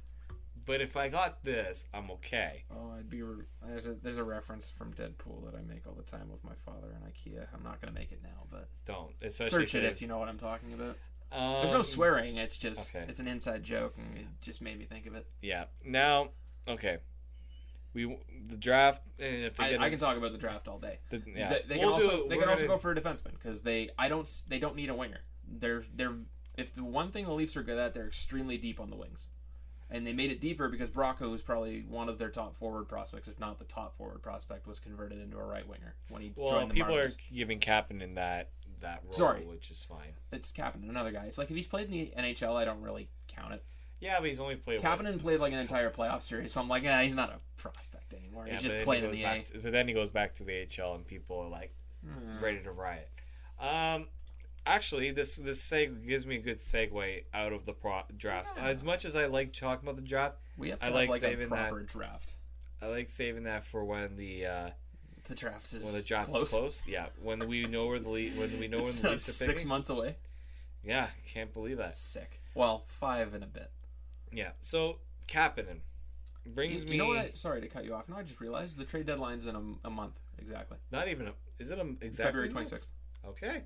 but if I got this, I'm okay.
Oh, I'd be. Re- there's a there's a reference from Deadpool that I make all the time with my father and IKEA. I'm not gonna make it now, but
Don't. Especially
search it
if
if you know what I'm talking about.
Um,
There's no swearing. It's just
okay.
it's an inside joke, and it just made me think of it.
Yeah. Now, okay. We the draft. And if they
I,
get
I
a-
can talk about the draft all day.
the- yeah.
They, they
We'll
can
do
also
it.
they
We're
can also
gonna-
go for a defenseman because they I don't s- they don't need a winger. They're they're if the one thing the Leafs are good at, they're extremely deep on the wings, and they made it deeper because Bracco is probably one of their top forward prospects, if not the top forward prospect, was converted into a right winger when he
Well,
joined the
people are
Marlies.
giving Kapanen that that role,
Sorry.
which is fine.
It's Kapanen, another guy. It's like if he's played in the NHL, I don't really count it.
Yeah, but he's only played. one-
Kapanen played like an entire playoff series, so I'm like, yeah, he's not a prospect anymore.
Yeah,
he's
but
just
then
playing
he goes
in the A. Hmm.
back to- but then he goes back to the HL, and people are like ready to riot. Um, actually, this this seg- gives me a good segue out of the pro- draft. As much as I like talking about the draft,
We have to
I
have
like
like, a
saving that.
proper draft.
I like saving that for when the uh,
The draft is
when the draft
close.
is close. Yeah, when we know where the le- when we know
It's
when the
not
Leafs are
six
picking.
months away.
Yeah, can't believe that.
Sick. Well, five in a bit.
Yeah, so Kapanen brings
you,
me
you know what? I, sorry to cut you off. No, I just realized the trade deadline's in a, a month exactly.
not even a, is it a exactly
February
a
twenty
month?
sixth.
Okay.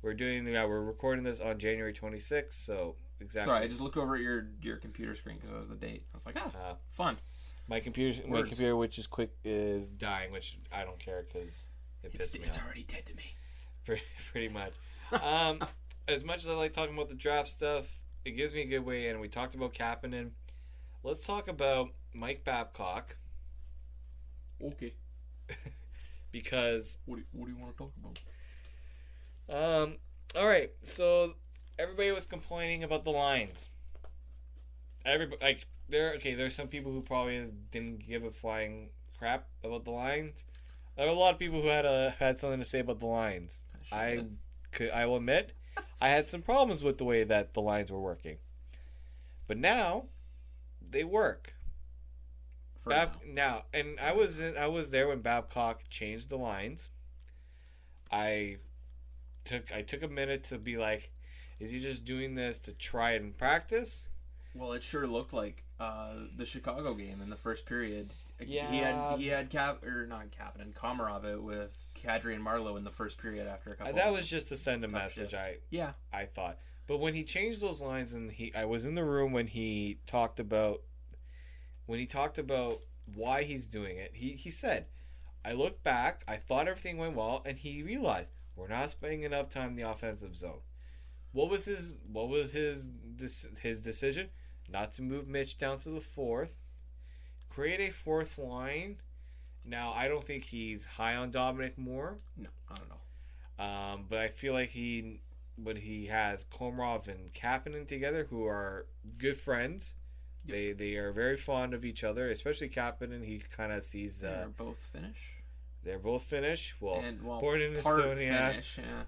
We're doing yeah, we're recording this on January 26th, so exactly.
Sorry, I just looked over at your your computer screen because that was the date. I was like, ah,
Uh,
fun.
my computer, my
Words.
computer, which is quick, is dying, which I don't care because it
It's,
pissed me
it's
off
already dead to me.
pretty, [LAUGHS] pretty much. Um,
[LAUGHS]
as much as I like talking about the draft stuff, it gives me a good way in. We talked about Kapanen. Let's talk about Mike Babcock
Okay.
because
What do you, what do you want to talk about?
Um. All right. So everybody was complaining about the lines. Everybody, like there. Okay, there's some people who probably didn't give a flying crap about the lines. There were a lot of people who had a had something to say about the lines. I could. I will admit, I had some problems with the way that the lines were working. But now, they work.
For
Bab-
now.
now. and I was in, I was there when Babcock changed the lines. I took I took a minute to be like, is he just doing this to try and practice?
Well, it sure looked like uh, the Chicago game in the first period. He
Yeah.
had he had Cap or not Cap and Komarov out with Kadri and Marlowe in the first period after a
Uh,
couple.
That
of
was just to send a
tough
message.
shifts.
I
yeah.
I thought, but when he changed those lines and he I was in the room when he talked about when he talked about why he's doing it. He he said, I looked back, I thought everything went well, and he realized we're not spending enough time in the offensive zone. What was his What was his dec- his decision? Not to move Mitch down to the fourth, create a fourth line. Now I don't think he's high on Dominic Moore,
No, I don't know.
um, but I feel like he but he has Komarov and Kapanen together, who are good friends. They they are very fond of each other, especially Kapanen. He kind of sees uh,
They're both Finnish.
they're both Finnish. Well,
and well,
born in
part
Estonia.
Finnish, yeah.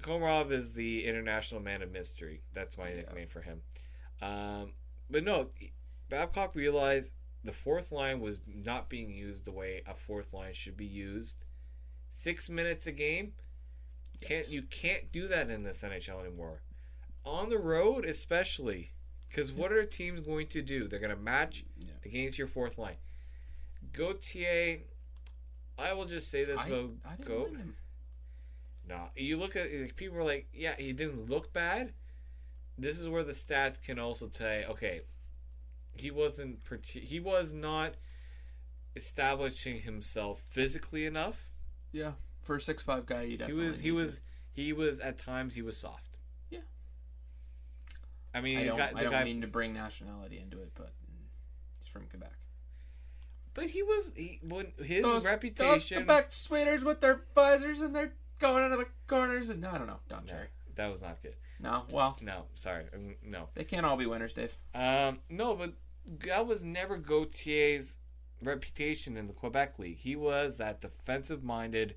Komarov is the international man of mystery. That's my
Yeah.
nickname for him. Um, but no, Babcock realized the fourth line was not being used the way a fourth line should be used. Six minutes a game. Can't
Yes.
you can't do that in this NHL anymore? On the road, especially, because what are teams going to do? They're going to match
Yeah.
against your fourth line. Gautier, I will just say this
I,
about
I didn't
Go.
mind him.
No, you look at like, people are like, yeah, he didn't look bad. This is where the stats can also say, okay, he wasn't parti- he was not establishing himself physically enough.
Yeah, for a six five guy, you
He
definitely.
was he
need
was
to-
he was at times he was soft.
Yeah.
I mean,
I
the
don't,
guy,
I
the
don't
guy
mean to bring nationality into it, but mm, he's from Quebec.
but he was he, when his
those,
reputation
Those Quebec sweaters with their visors and they're going out of the corners and I don't know. Don
No,
Cherry.
that was not good.
No, well,
No, sorry. Um, No.
they can't all be winners, Dave.
Um, no, but that was never Gautier's reputation in the Quebec League. He was that defensive minded,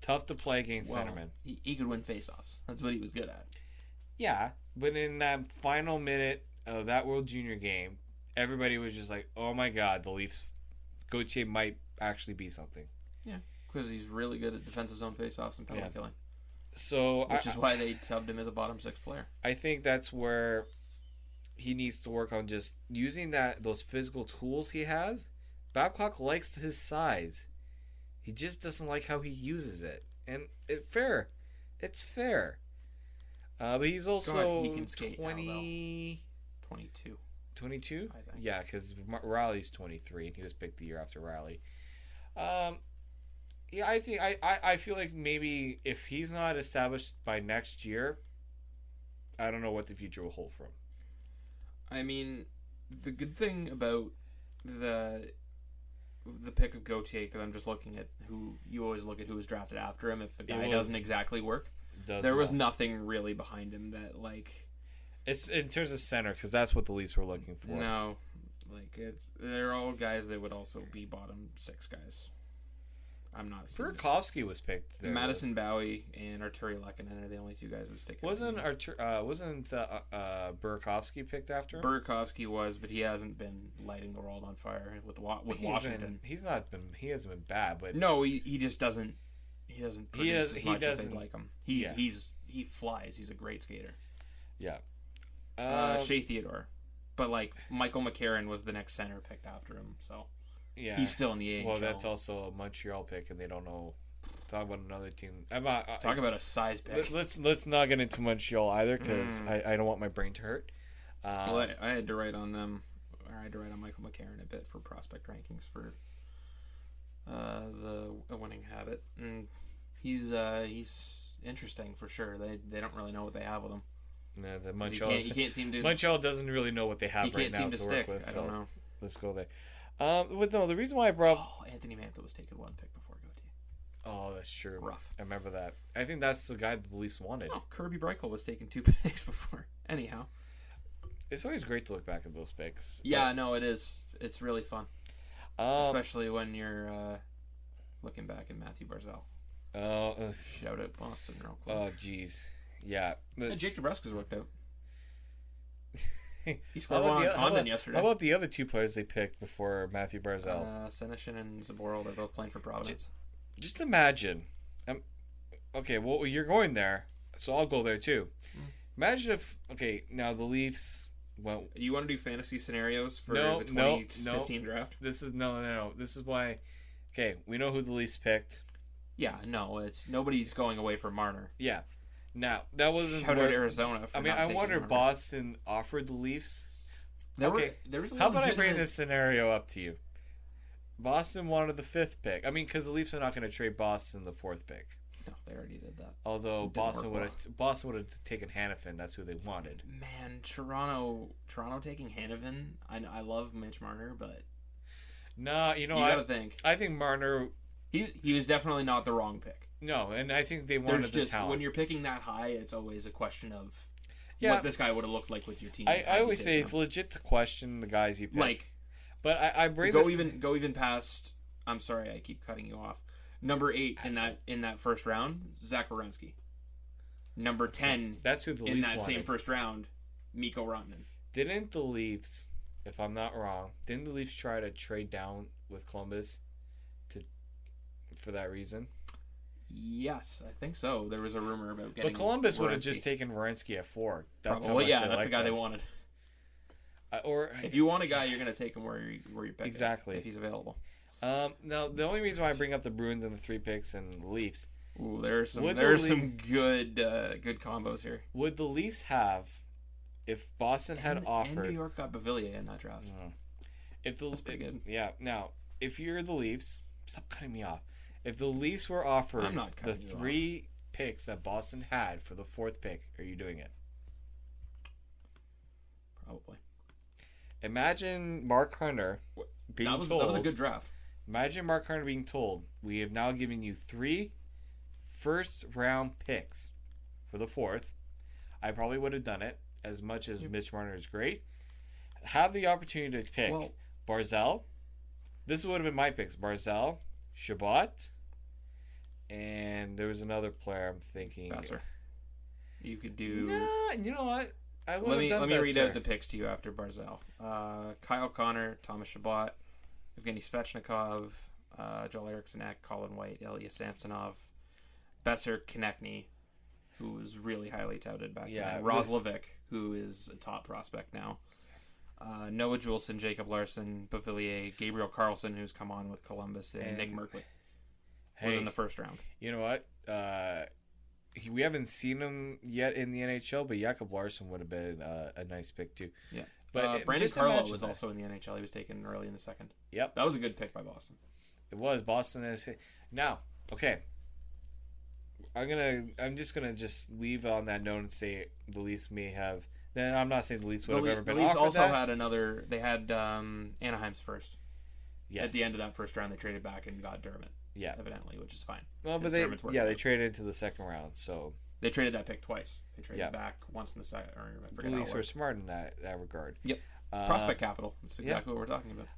tough to play against
Well,
centerman.
he, he could win faceoffs. That's what he was good at.
Yeah, but in that final minute of that World Junior game, everybody was just like, oh my God, the Leafs, Gautier might actually be something.
Yeah, because he's really good at defensive zone faceoffs and penalty
Yeah.
killing,
So
which
I,
is why they subbed him as a bottom six player.
I think that's where he needs to work on just using that those physical tools he has. Babcock likes his size. He just doesn't like how he uses it, and it fair. It's fair. Uh, but he's also
he can skate now, though.
20,
22.
22?
I think.
Yeah, because Riley's 23, and he was picked the year after Riley. Um, yeah, I think I, I, I feel like maybe if he's not established by next year, I don't know what the future will hold from.
I mean, the good thing about the the pick of Gautier, because I'm just looking at who you always look at who was drafted after him. If the guy
was-
doesn't exactly work,
Does
there was
not-
nothing really behind him that like
It's in terms of center because that's what the Leafs were looking for.
no, like it's they're all guys that would also be bottom six guys. I'm not seeing it.
Burakovsky was picked. There.
Madison Bowie and Arturi Lekkinen are the only two guys that stick. out.
wasn't Artur- uh, wasn't uh, uh, Burakovsky picked after him?
Burakovsky was, but he hasn't been lighting the world on fire with wa- with
He's
Washington.
been- he's not been. He hasn't been bad, but
No, he, he just doesn't. He doesn't. Produce
does-
as
he
much as
doesn't-
they like him. He
yeah.
he's he flies. He's a great skater.
yeah.
Uh,
Um,
Shea Theodore, but like Michael McCarron was the next center picked after him, so
yeah.
he's still in the AHL.
Well, that's also a Montreal pick, and they don't know. Talk about another team. I'm not, I-
Talk about a size
let-
pick.
let's let's not get into Montreal either because
Mm.
I, I don't want my brain to hurt. Um,
Well, I, I had to write on them, or I had to write on Michael McCarron a bit for prospect rankings for uh, the A winning habit, and he's uh, he's interesting for sure. They they don't really know what they have with him.
no, the
'Cause He
Montreal
can't, he can't seem to
Montreal doesn't really know what they have
he
right
can't
now
seem
to,
to stick.
work with.
I
so
don't know.
Let's go there. Um, but no, the reason why I brought
[SIGHS] Oh, Anthony Mantha was taken one pick before Gauthier.
oh that's true.
Rough.
I remember that. I think that's the guy that the Leafs wanted.
Oh, Kirby Breichel was
[LAUGHS]
taken two picks before. Anyhow,
It's always great to look back at those picks.
yeah, no, it is. It's really fun,
but, Um,
especially when you're uh, looking back at Matthew Barzell.
oh, ugh.
Shout out Boston real quick.
oh, jeez. Yeah.
And Jake DeBruska's worked
[LAUGHS]
out. He
How
scored
about,
one
the, oth-
on
how,
Condon
about,
yesterday.
how about the other two players they picked before Matthew Barzell?
uh, Senishin and Zaboral, they're both playing for Providence.
Just imagine. Um, okay, well, you're going there, so I'll go there too. Imagine if, okay, now the Leafs went
You want to do fantasy scenarios for
No,
the
no,
2015
no.
draft?
This is no, no, no. This is why. Okay, we know who the Leafs picked.
Yeah, no, it's nobody's going away for Marner.
Yeah. Now that wasn't.
Shout
where-
out Arizona. For
I mean,
not
I
taking
wonder if
Marner.
Boston offered the Leafs.
There were-
okay.
there was a
How about I bring
legitimate-
this scenario up to you? Boston wanted the fifth pick. I mean, because the Leafs are not going to trade Boston the fourth pick.
No, they already did that.
Although
Didn't
Boston would
work
have Boston would have taken Hannafin. That's who they wanted.
Man, Toronto, Toronto taking Hanovan. I I love Mitch Marner, but
Nah, you know,
you
I,
gotta think
I think Marner.
he's he was definitely not the wrong pick.
No, and I think they wanted
There's
the
just
talent.
when you're picking that high, it's always a question of
Yeah.
what this guy would have looked like with your team.
I,
had
I
you
always say
taken
it's
him.
legit to question the guys you pick.
like
but I, I bring
go
this,
even go even past. I'm sorry, I keep cutting you off. Number eight in that in that first round, Zach Wierenski. Number ten
That's who the
in
Leafs
that
wanted.
same first round, Miko Rantanen.
Didn't the Leafs, if I'm not wrong, didn't the Leafs try to trade down with Columbus to for that reason?
Yes, I think so. There was a rumor about getting.
But Columbus would have
Wierenski.
just taken Wierenski at four. That's
Probably,
how much
yeah,
they
that's the
liked
guy they
him. [LAUGHS]
wanted.
I- or
If you want a guy, you're going to take him where you where you pick him,
Exactly.
if he's available.
um, now the only reason why I bring up the Bruins and the three picks and the Leafs
Ooh, there are some
Would
there are
the
some good uh, good combos here.
would the Leafs have if Boston had
and,
offered
and New York got Bavillier in that draft.
If the
That's pretty good.
yeah, now if you're the Leafs, stop cutting me off. If the Leafs were offered
I'm not
the
cutting you off.
three picks that Boston had for the fourth pick, are you doing it?
Probably
Imagine Mark Hunter being
that was
told.
that was a good draft.
imagine Mark Hunter being told, "We have now given you three first round picks for the fourth. I probably would have done it as much as Mitch Marner is great. Have the opportunity to pick
Well-
Barzell. This would have been my picks: Barzell, Shabbat, and there was another player I'm thinking.
Besser. You could do.
Nah, you know what? I would
let
have
me
done
let me read
Besser.
out the picks to you after Barzell. Uh, Kyle Connor, Thomas Shabbat, Evgeny Svechnikov, uh, Joel Ericksonak, Colin White, Ilya Samsonov, Besser Konechny, who was really highly touted back
Yeah,
then,
it was-
Roslovic, who is a top prospect now. Uh, Noah Juleson, Jacob Larson, Bavillier, Gabriel Carlson, who's come on with Columbus, and,
And-
Nick Merkley was
Hey,
in the first round.
you know what? Uh, he- we haven't seen him yet in the NHL, but Jakob Larson would have been uh, a nice pick too.
Yeah,
But,
but
uh,
uh, Brandon
just
Carlo
imagine
was
that.
also in the NHL. He was taken early in the second.
Yep,
That was a good pick by Boston.
it was Boston is now okay. I'm gonna. I'm just gonna just leave on that note and say the Leafs may have. Then I'm not saying the Leafs would
The,
have
Le-
ever
the
been
Leafs
offered
also
that.
had another. They had um, Anaheim's first.
yes.
At the end of that first round, they traded back and got Dermott,
Yeah.
evidently, which is fine.
Well, but
because
they
Dermott's working
yeah they
out.
traded into the second round, so
They traded that pick twice. They traded
Yeah.
back once in the second. Or I
the
forget how
Leafs
it
were
worked.
smart in that that regard.
Yep.
Uh,
Prospect capital. That's exactly what we're talking about.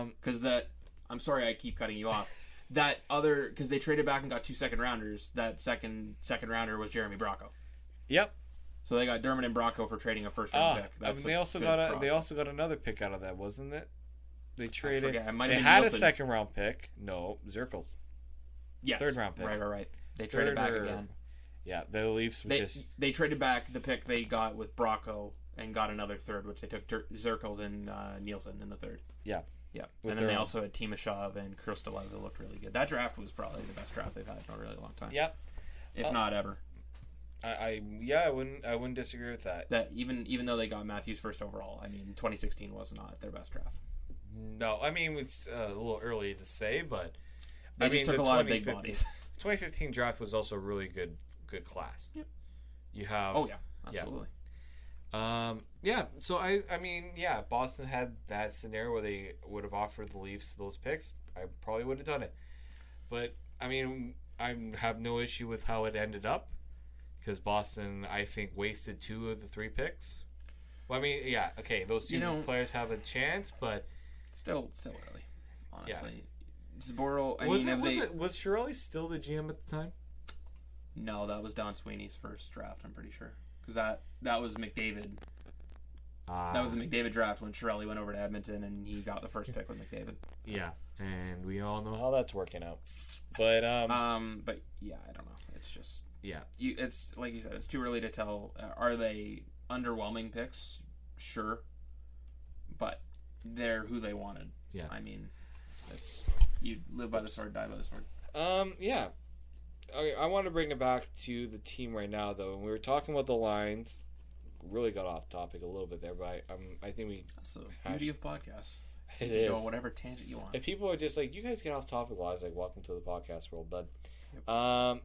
Um.
Because that. I'm sorry, I keep cutting
[LAUGHS]
you off. that other because they traded back and got two second rounders. That second second rounder was Jeremy Bracco.
Yep.
So they got Dermott and Bracco for trading a first round
Ah,
pick.
I mean,
That's
they
a
also
good
got a,
prospect.
they also got another pick out of that, wasn't it? They traded.
forget. It might have
they
been
had a
Nielsen.
second round pick. No, Zirkles.
yes,
third round pick.
Right, right, right. They traded
Third
back
or-
again.
Yeah, the Leafs were
They
just
they traded back the pick they got with Bracco and got another third, which they took Dur- Zirkles and uh, Nielsen in the third.
yeah.
Yeah,
With
and then they
their-
also had Timoshov and Kristalev that looked really good. That draft was probably the best draft they've had in a really long time,
Yep. uh,
if not ever.
I, I yeah I wouldn't I wouldn't disagree with that.
That even even though they got Matthews first overall, I mean, 2016 was not their best draft.
No, I mean it's uh, a little early to say, but
They
I
just
mean,
took
the
a lot of big
2015
bodies.
2015 draft was also a really good good class. Yep. You have
[LAUGHS] Oh yeah, absolutely.
Um, yeah, so I, I mean, yeah, Boston had that scenario where they would have offered the Leafs those picks. I probably would have done it, but I mean, I have no issue with how it ended up because Boston, I think, wasted two of the three picks. Well, I mean, yeah, okay, those two
You know-
players have a chance, but
Still, still early, honestly. Zboril, I
was
mean,
it,
if
was
they-
it was Shirley still the GM at the time?
no, that was Don Sweeney's first draft. I'm pretty sure because that that was McDavid.
Uh,
That was the McDavid draft when Shirelli went over to Edmonton and he got the first pick with McDavid.
yeah, and we all know how that's working out. But um,
Um, but yeah, I don't know. It's just
yeah,
you. It's like you said. It's too early to tell. Uh, are they underwhelming picks? Sure, but they're who they wanted.
Yeah.
I mean, it's you live by the sword, die by the sword.
Um, yeah. Okay, I want to bring it back to the team right now, though. And we were talking about the lines. Really got off topic a little bit there, but I, um, I think we.
That's the beauty of podcasts.
It
You
is.
go whatever tangent you want.
If people are just like, you guys get off topic a lot, it's like, welcome to the podcast world, bud. Um,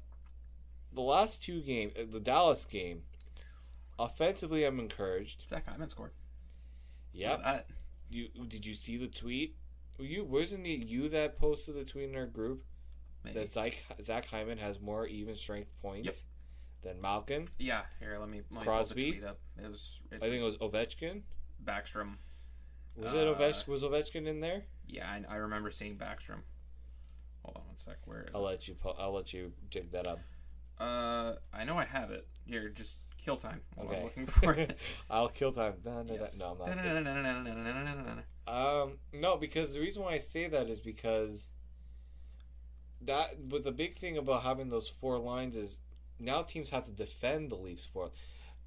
the last two games, the Dallas game, offensively, I'm encouraged.
Zach Hyman scored.
Yep.
Look at that.
You did you see the tweet? Were you wasn't it you that posted the tweet in our group
Maybe.
that Zach Zach Hyman has more even strength points than Malkin?
yeah. Here, let me. Let me
Crosby?
Pull the tweet up. It was. It's
I think it was Ovechkin.
Backstrom.
Was
Uh,
it Ovech? Was Ovechkin in there?
Yeah, I, I remember seeing Backstrom. Hold on one sec. Where is
I'll let you. po- I'll let you dig that up.
it? Uh, I know I have it. Here, just kill time. while I'm
Okay.
looking for it.
[LAUGHS] I'll kill time. Da, da, da.
Yes.
No, I'm not.
Da-na-na-na-na-na-na-na-na-na-na.
Um, no, because the reason why I say that is because that. But the big thing about having those four lines is now teams have to defend the Leafs for.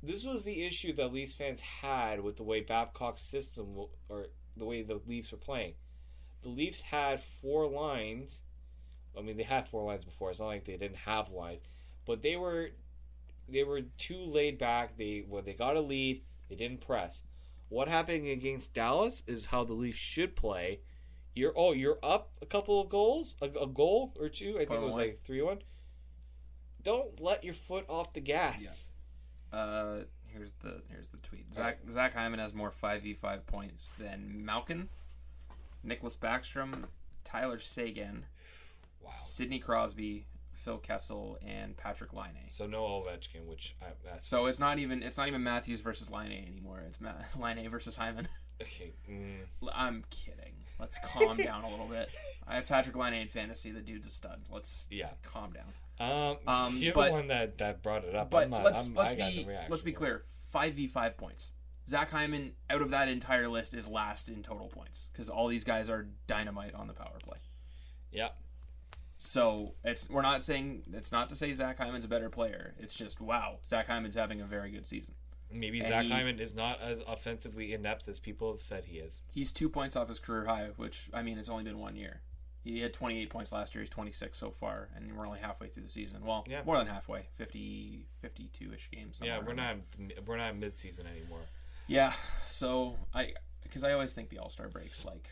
This was the issue that Leafs fans had with the way Babcock's system w- or the way the Leafs were playing. The Leafs had four lines. I mean, they had four lines before. It's not like they didn't have lines, but they were they were too laid back. They when they got a lead, they didn't press. What happened against Dallas is how the Leafs should play. You're oh you're up a couple of goals, a, a goal or two. I think it was
One-on-one.
like three one. Don't let your foot off the gas.
[LAUGHS] Uh, here's the here's the tweet. Zach Zach Hyman has more five v five points than Malkin, Nicholas Backstrom, Tyler Sagan,
Wow.
Sidney Crosby, Phil Kessel, and Patrick Line.
So no Ovechkin, which I, that's
So it's not even it's not even Matthews versus Line anymore. It's Ma- [LAUGHS] Line versus Hyman.
okay. Mm,
L- I'm kidding. Let's calm down a little bit. I have Patrick Line in fantasy. The dude's a stud. Let's
Yeah.
calm down.
um,
Um,
you're
but-
the one that, that brought it up.
But
I'm not,
let's
I'm,
let's
I got
be
no reaction.
let's be clear. Five v five points. Zach Hyman out of that entire list is last in total points because all these guys are dynamite on the power play.
Yeah.
So it's we're not saying it's not to say Zach Hyman's a better player. It's just wow, Zach Hyman's having a very good season.
Maybe
And
Zach
he's-
Hyman is not as offensively inept as people have said he is.
He's two points off his career high, which I mean, it's only been one year. He had 28 points last year. He's 26 so far, and we're only halfway through the season. Well,
Yeah.
more than halfway, 50, 52-ish games. somewhere
Yeah, we're
around
not we're not midseason anymore.
there. Yeah, so I, because I always think the All Star breaks like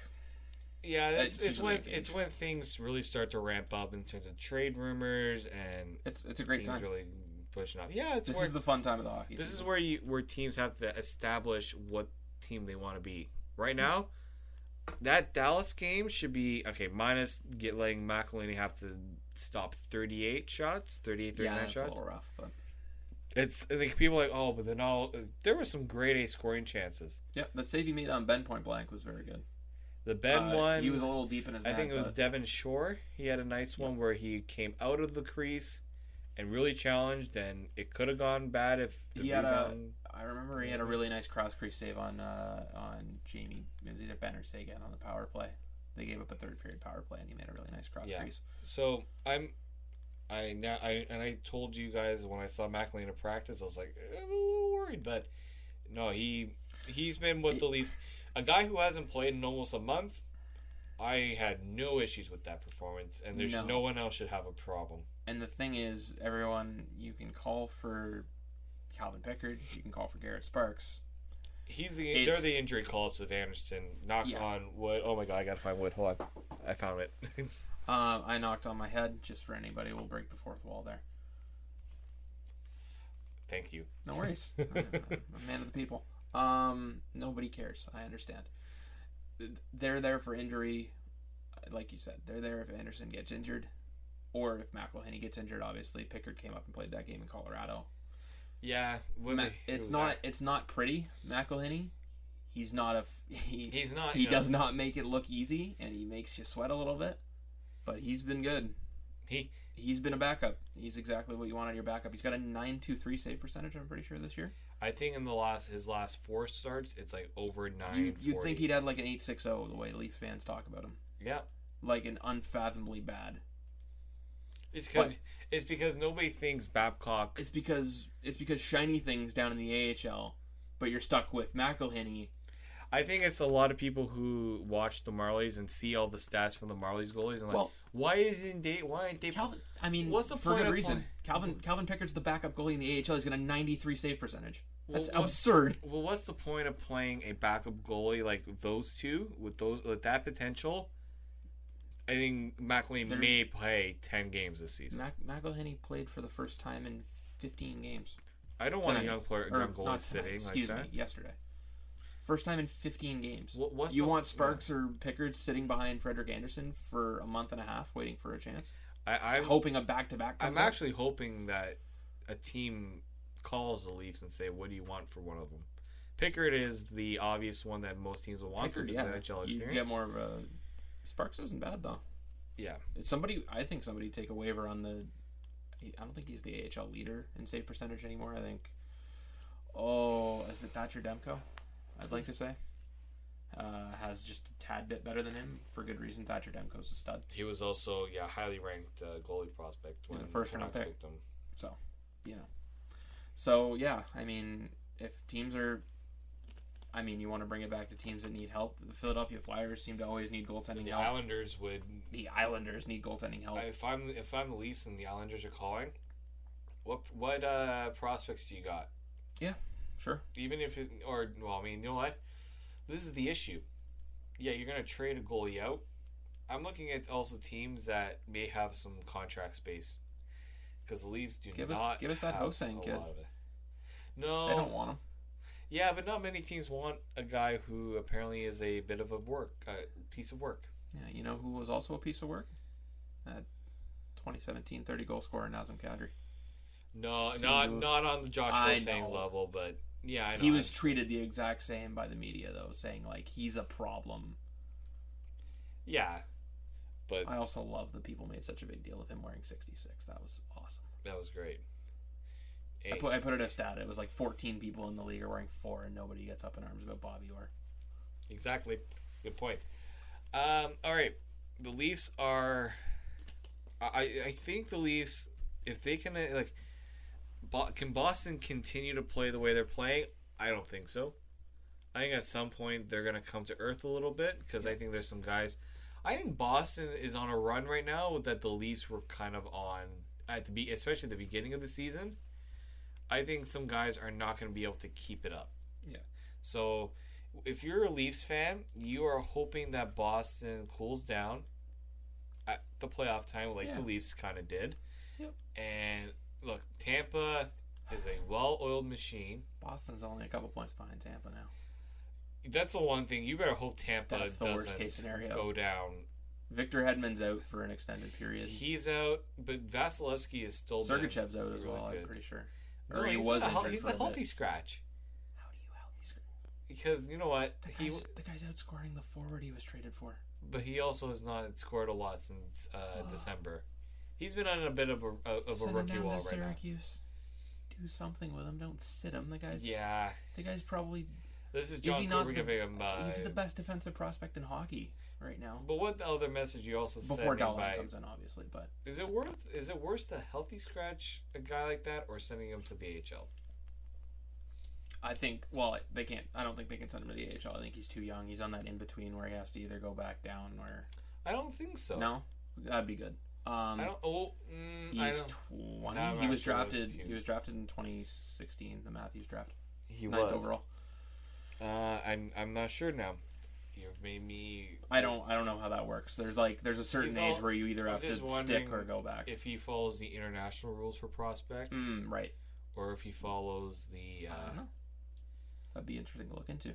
Yeah, it's,
seems
it's when
like it.
it's when things really start to ramp up in terms of trade rumors and
it's it's a great
teams
time.
really pushing up. Yeah, it's
this
where
is the fun time of the hockey.
this is
season.
where you where teams have to establish what team they want to be. Right now, that Dallas game should be okay. Minus get letting McElhinney have to stop 38 shots, 38, 39
yeah, it's a
shots.
little rough, but
It's I think people are like oh, but then all there were some great A scoring chances.
yeah, that save he made on Ben point blank was very good.
The Ben
Uh,
one,
He was a little deep in his.
I think
net,
it was
but-
Devin Shore. He had a nice one where he came out of the crease and really challenged, and it could have gone bad if the
he had a.
rebound-
I remember he had a really nice cross crease save on uh, on Jamie. It was either Ben or Sagan on the power play. They gave up a third period power play, and he made a really nice cross
Yeah.
crease.
So I'm, I now I and I told you guys when I saw McLean in practice, I was like I'm a little worried, but no, he he's been with the Leafs, a guy who hasn't played in almost a month. I had no issues with that performance, and there's
No.
no, one else should have a problem.
And the thing is, everyone, you can call for Calvin Pickard, you can call for Garrett Sparks.
He's the
It's-
they're the injury call-ups of Anderson. Knock
Yeah.
on wood. Oh my god, I gotta find wood. Hold on, I found it. [LAUGHS]
Um, I knocked on my head just for anybody. We'll break the fourth wall there.
Thank you.
No worries. [LAUGHS] I'm a man of the people. Um, nobody cares. I understand. They're there for injury, like you said. They're there if Anderson gets injured, or if McElhinney gets injured. Obviously, Pickard came up and played that game in Colorado.
Yeah, when
Ma-
they- it
it's
was
not.
that-
It's not pretty. McElhinney. He's not a. f- [LAUGHS] He,
He's not,
He
you know.
does not make it look easy, and he makes you sweat a little bit. But he's been good.
he
He's been a backup. He's exactly what you want on your backup. He's got a nine two three save percentage. I'm pretty sure this year.
I think in the last his last four starts, it's like over nine.
You, you'd think he'd had like an 860 the way Leaf fans talk about him.
Yeah,
Like an unfathomably bad.
it's because
But-
it's because nobody thinks Babcock.
It's because it's because shiny things down in the AHL, but you're stuck with McElhinney.
I think it's a lot of people who watch the Marlies and see all the stats from the Marlies goalies and like,
Well-
why isn't they? Why aren't they?
Calvin, I mean,
What's the
for
point
good
of
reason.
playing-
Calvin Calvin Pickard's the backup goalie in the AHL. He's got a 93 save percentage. That's
Well, what-
absurd.
Well, what's the point of playing a backup goalie like those two with those with that potential? I think McLean
There's-
may play ten games this season.
Mac, McElhinney played for the first time in 15 games.
I don't want a
Tonight.
young player,
Or
young goalie
not tonight,
sitting
Excuse
like
me,
that.
yesterday. First time in 15 games.
What- what's
you
the-
want Sparks or Pickard sitting behind Frederick Anderson for a month and a half waiting for a chance?
I, I'm,
hoping a back to back.
I'm actually hoping that a team calls the Leafs and say, "What do you want for one of them?" Pickard is the obvious one that most teams will want because of
yeah,
his NHL
you
experience.
get more of a. Sparks isn't bad though.
yeah,
It's somebody, I think somebody take a waiver on the. I don't think he's the AHL leader in save percentage anymore. I think. Oh, is it Thatcher Demko? I'd like to say. Uh, has just a tad bit better than him for good reason. Thatcher Demko's a stud.
he was also yeah highly ranked uh, goalie prospect.
He's a
when the
first round
Canucks
pick.
picked him.
So, you know. So, yeah, I mean, if teams are. I mean, you want to bring it back to teams that need help. The Philadelphia Flyers seem to always need goaltending
The
help.
Islanders would.
the Islanders need goaltending help.
If I'm if I'm the Leafs and the Islanders are calling, what what uh, prospects do you got?
yeah, sure.
even if it, or well, I mean, you know what? This is the issue. Yeah, you're gonna trade a goalie out. I'm looking at also teams that may have some contract space because the Leafs do
Give us-
not
give us that
have
Hosang
a
kid.
lot of it.
They don't
No,
want him.
yeah, but not many teams want a guy who apparently is a bit of a work a piece of work.
Yeah, you know who was also a piece of work? That 2017 30 goal scorer Nazem Kadri.
No,
See,
not
move.
not on the Josh
I
Hosang
know.
level, but yeah, I know.
He was
I'm-
treated the exact same by the media though, saying like he's a problem.
yeah, but
I also love that people made such a big deal of him wearing 66. That was awesome.
that was great.
I put I put it as stat. It was like 14 people in the league are wearing four, and nobody gets up in arms about Bobby Orr.
Exactly. Good point. Um, all right. The Leafs are. I, I think the Leafs, if they can, uh, like, Bo- can Boston continue to play the way they're playing? I don't think so. I think at some point they're going to come to earth a little bit because I think there's some guys. I think Boston is on a run right now that the Leafs were kind of on at the be, especially at the beginning of the season. I think some guys are not going to be able to keep it up.
Yeah.
So if you're a Leafs fan, you are hoping that Boston cools down at the playoff time, like
Yeah.
the Leafs kind of did.
Yep.
And look, Tampa is a well-oiled machine.
Boston's only a couple points behind Tampa now.
That's the one thing you better hope Tampa
That's the
doesn't
worst case scenario.
go down.
Victor Hedman's out for an extended period.
He's out, but Vasilevsky is still been
Sergachev's out as
really
well. I'm
good.
pretty sure.
No,
Or he
he's
was
been a, hel-
injured
he's
for
a
a
healthy
bit.
scratch
How do you out? He's,
because you know what
the,
he,
guy's, the guy's outscoring the forward he was traded for.
but he also has not scored a lot since uh,
Ah.
December. He's been on a bit of a of a
Send
rookie
him down
wall
to
right now.
Syracuse. Do something with him. Don't sit him. The guy's
Yeah,
The guy's probably
this is
is he
John
not
Cooper
the-
giving him. Uh,
he's the best defensive prospect in hockey right now.
But what other message you also sent
Before
me
Dowling
by-
comes in, obviously, but
Is it worth? Is it worse to healthy scratch a guy like that or sending him to the AHL?
I think well they can't. I don't think they can send him to the AHL. I think he's too young. He's on that in between where he has to either go back down or
I don't think so.
no, that'd be good. Um,
I don't. Oh, mm, I
he's
don't.
twenty.
Now I'm
he was
actually
drafted. He was
confused.
drafted in 2016. The Matthews draft,
He
ninth overall.
Uh, I'm. I'm not sure now. You've made me.
I don't. I don't know how that works. There's like there's a certain
He's
age
all-
where you either
I'm
have to
just
stick
wondering
or go back.
If he follows the international rules for prospects,
Mm, right.
or if he follows the. Uh,
I don't know. That'd be interesting to look into.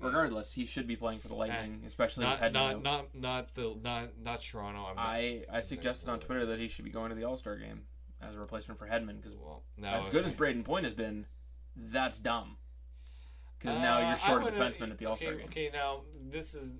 Regardless, he should be playing for the Lightning, especially
Not,
with Hedman
not,
out.
not, not the, not, not Toronto. I'm not,
I, I
I'm
suggested on
not-
Twitter that he should be going to the All Star game as a replacement for Hedman because
well, no,
as good as Braden Point has been, that's dumb. Because
Uh,
now
I
you're short a
wouldn't-
defenseman at the All Star
okay,
game.
Okay, now this is.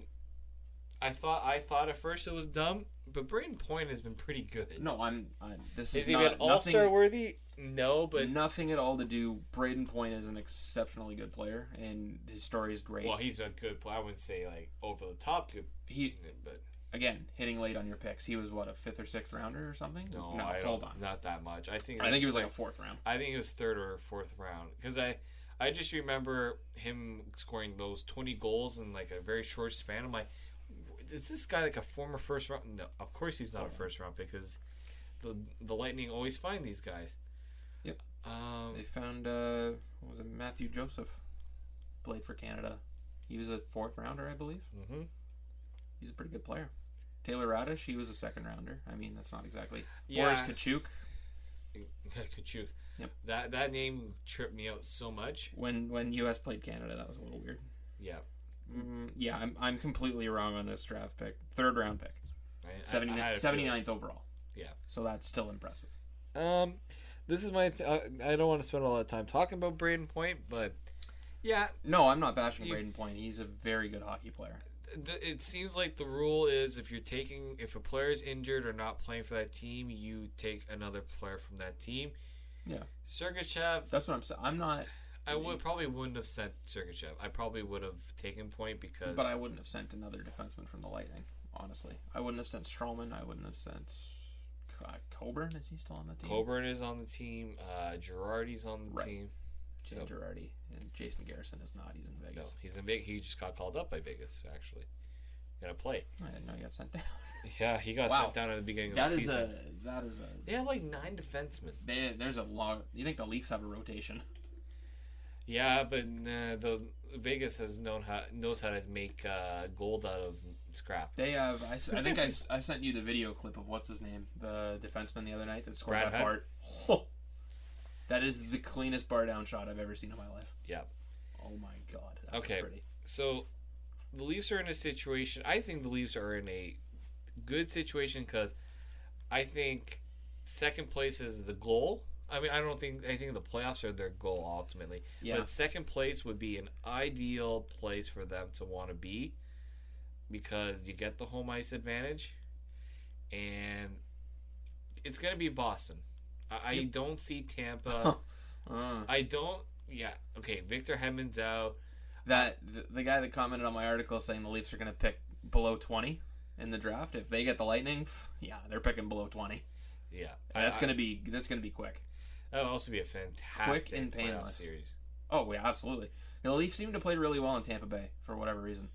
I thought I thought at first it was dumb, but Braden Point has been pretty good.
No, I'm. i this is,
is he
not
been All Star
nothing,
worthy? No, but
nothing at all to do. Braden Point is an exceptionally good player, and his story is great.
well, he's a good player. I wouldn't say like over the top good,
he
but
again hitting late on your picks. He was what a fifth or sixth rounder or something.
no,
no
I
hold
don't,
on.
not that much. I think
I think he was like a
sec-
fourth round.
I think it was third or fourth round because I. I just remember him scoring those 20 goals in like a very short span. I'm like, is this guy like a former first round? No, of course he's not a first round because the the Lightning always find these guys.
Yep.
Um,
They found uh, what was it Matthew Joseph played for Canada. He was a fourth rounder, I believe.
[LAUGHS] mhm.
He's a pretty good player. Taylor Radish, he was a second rounder. I mean, that's not exactly.
Yeah.
Boris Kachuk,
Kachuk.
Yep.
That that name tripped me out so much.
when when U.S. played Canada, that was a little weird.
Yeah.
Mm, yeah, I'm, I'm completely wrong on this draft pick. Third round pick,
I- I- I
79,
had a
79th overall.
Yeah.
So that's still impressive.
feeling. Um, this is my. Th- uh, I I don't want to spend a lot of time talking about Braden Point, but yeah,
No, I'm not bashing
You-
Braden Point. He's a very good hockey player.
the, it seems like the rule is if you're taking if a player is injured or not playing for that team, you take another player from that team.
Yeah.
Sergachev,
That's what I'm saying. I'm not,
I would probably wouldn't have sent Sergachev. I probably would have taken point because
but I wouldn't have sent another defenseman from the Lightning. Honestly, I wouldn't have sent Strawman. I wouldn't have sent uh, Coburn. Is he still on the team?
Coburn is on the team, uh, Girardi's on the
Right.
team.
Jim Girardi and Jason Garrison is not. He's in
No,
Vegas.
he's in Vegas. He just got called up by Vegas. Actually, gonna
[LAUGHS]
play.
I didn't know he got sent down.
Yeah, he got
Wow.
sent down at the beginning
[LAUGHS] That
of the
is
season.
a that is a
They had like nine defensemen.
they, there's a lot. You think the Leafs have a rotation?
Yeah, but uh, the Vegas has known how knows how to make uh, gold out of scrap.
They have. I, s- I think I, s- I sent you the video clip of what's his name, the defenseman the other night that scored
Brad
that
Hutt?
Bart. that is the cleanest bar down shot I've ever seen in my life.
Yeah.
Oh my god. That was
Okay.
pretty.
So the Leafs are in a situation. I think the Leafs are in a good situation because I think second place is the goal. I mean, I don't think I think the playoffs are their goal ultimately.
Yeah.
But second place would be an ideal place for them to want to be because you get the home ice advantage, and it's going to be Boston. I, I don't see
[LAUGHS]
Tampa.
Uh,
I don't. Yeah. Okay. Victor Hedman's out.
that the, the guy that commented on my article saying the Leafs are going to pick below 20 in the draft if they get the Lightning. pff, Yeah, they're picking below 20.
Yeah.
Uh, That's
I-
going to be that's going to be quick.
That would also be a fantastic
Quick and
playoff
painless.
series.
Oh yeah, absolutely. The Leafs seem to play really well in Tampa Bay for whatever reason.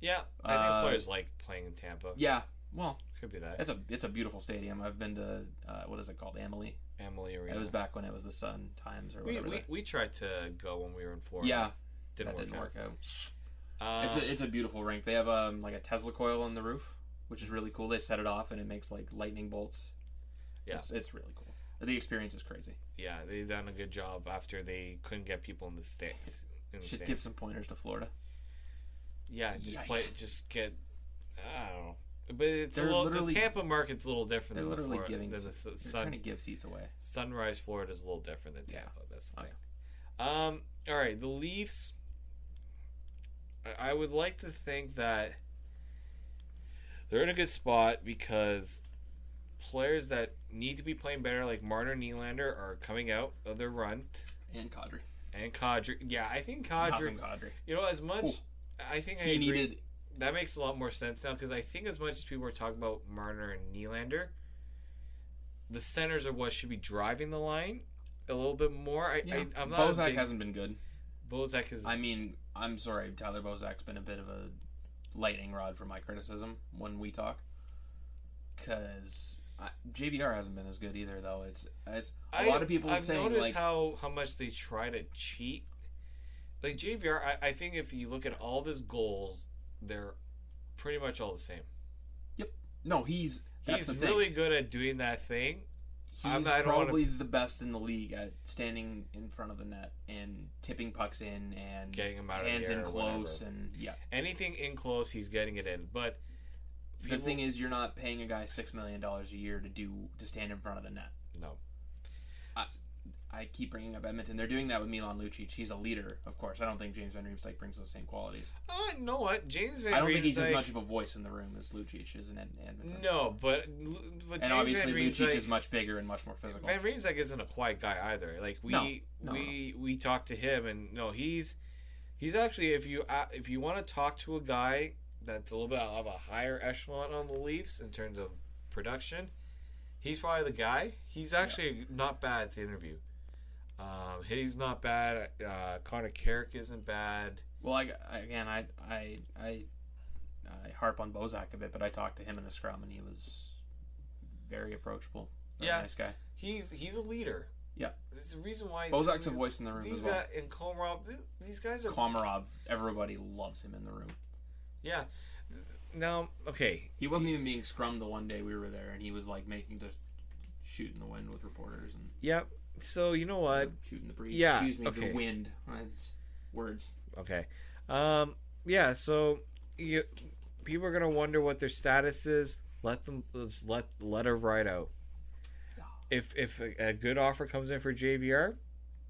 Yeah, I think
Uh,
players like playing in Tampa.
Yeah, well,
could be that.
it's a it's a beautiful stadium. I've been to uh, what is it called, Amalie?
Emily Arena.
It was back when it was the Sun Times or
we,
whatever.
we,
the-
we tried to go when we were in Florida.
yeah,
didn't
that
work.
didn't
out.
work out.
Uh,
it's a it's a beautiful rink. They have um like a Tesla coil on the roof, which is really cool. They set it off and it makes like lightning bolts.
Yeah.
it's, it's really cool. The experience is crazy.
yeah, they done a good job after they couldn't get people in the states. In the
Should
stands.
give some pointers to Florida.
yeah, just
Yikes.
play. Just get. I don't know. But it's a
They're
little, the
literally-
Tampa market's a little different
They're
than the
literally
Florida.
giving.
than the
they're
s-
trying to
sun,
give seats away.
Sunrise, Florida is a little different than
Yeah.
Tampa. That's the
I
thing. Um. All right, the Leafs. I- I would like to think that they're in a good spot because players that need to be playing better, like Marner Nylander, are coming out of their run,
And Kadri.
and Kadri. Yeah, I think Kadri.
Awesome Kadri.
You know, as much
Ooh.
I think I
He
agree.
needed.
That makes a lot more sense now because I think as much as people are talking about Marner and Nylander, the centers are what should be driving the line a little bit more. I,
Yeah.
I, I'm not a
Bozak
big-
hasn't been good.
Bozak is.
I mean, I'm sorry, Tyler Bozak's been a bit of a lightning rod for my criticism when we talk, because JVR hasn't been as good either. Though it's it's a
I-
lot of people
I've
saying
noticed
like
how how much they try to cheat. Like JVR, I, I think if you look at all of his goals, they're pretty much all the same.
no, he's
He's
that's the
really
thing.
good at doing that thing. I'm
He's
not- I don't wanna-
probably the best in the league at standing in front of the net and tipping pucks in and
Getting 'em out of the
hands
air
in
or
close
whatever.
and yeah.
Anything in close, he's getting it in. But
the thing is, you're not paying a guy six million dollars a year to do to stand in front of the net.
no,
I, I keep bringing up Edmonton. They're doing that with Milan Lucic. He's a leader, of course. I don't think James Van Riemsdyk brings those same qualities.
uh, you know what? James Van
I don't think
Riemsdyk-
he's as much of a voice in the room as Lucic is in Ed- Edmonton.
No, but Lu- but
and
James
obviously
Van
Lucic
Riemsdyk,
is much bigger and much more physical.
Van Riemsdyk isn't a quiet guy either. Like we
No, no,
we we talked to him, and no, he's he's actually if you a- if you want to talk to a guy that's a little bit of a higher echelon on the Leafs in terms of production, he's probably the guy. He's actually not bad to interview. Um, he's not bad. Uh, Connor Carrick isn't bad.
Well, I, I- again, I I I I harp on Bozak a bit, but I talked to him in a scrum and he was very approachable. Very
Yeah.
nice guy.
He's he's a leader.
Yeah,
There's a reason why
Bozak's a voice in the room
These
as well.
guys and Komarov, th- these guys are
Komarov, everybody loves him in the room.
Yeah. Now, okay.
He wasn't even being scrummed the one day we were there, and he was like making just shoot in the wind with reporters and
Yep. So you know what?
shooting the breeze.
yeah,
Excuse me,
okay.
the wind. It's words.
Okay. Um. Yeah. So you, people are gonna wonder what their status is. Let them let's let let her ride out. If if a, a good offer comes in for JVR,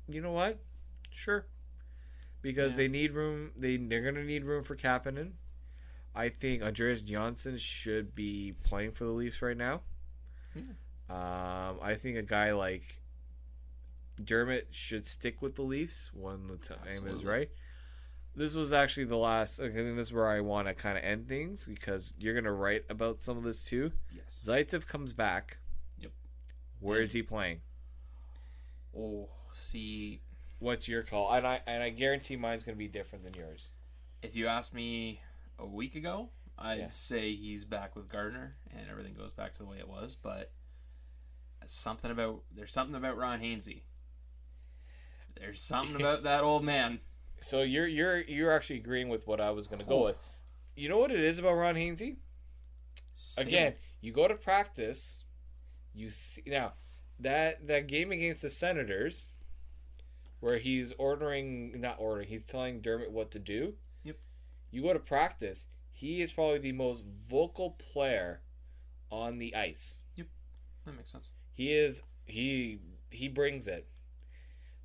you know what? Sure. Because
Yeah.
they need room. They they're gonna need room for Kapanen. I think Andreas Johnson should be playing for the Leafs right now.
Yeah.
Um, I think a guy like Dermot should stick with the Leafs when the time is
Absolutely.
right. This was actually the last. I think this is where I want to kind of end things because you're gonna write about some of this too.
Yes.
Zaitsev comes back.
Yep.
Where is he playing?
Oh, see,
What's your call? And I and I guarantee mine's gonna be different than yours.
if you asked me a week ago, I'd
Yeah.
say he's back with Gardner, and everything goes back to the way it was. But something about there's something about Ron Hainsey. There's
[LAUGHS]
something about that old man.
So you're you're you're actually agreeing with what I was gonna
Oh.
go with. You know what it is about Ron Hainsey? Again, you go to practice. You see now that that game against the Senators, where he's ordering not ordering, he's telling Dermot what to do.
Yep.
You go to practice. He is probably the most vocal player on the ice.
that makes sense.
He is he he brings it.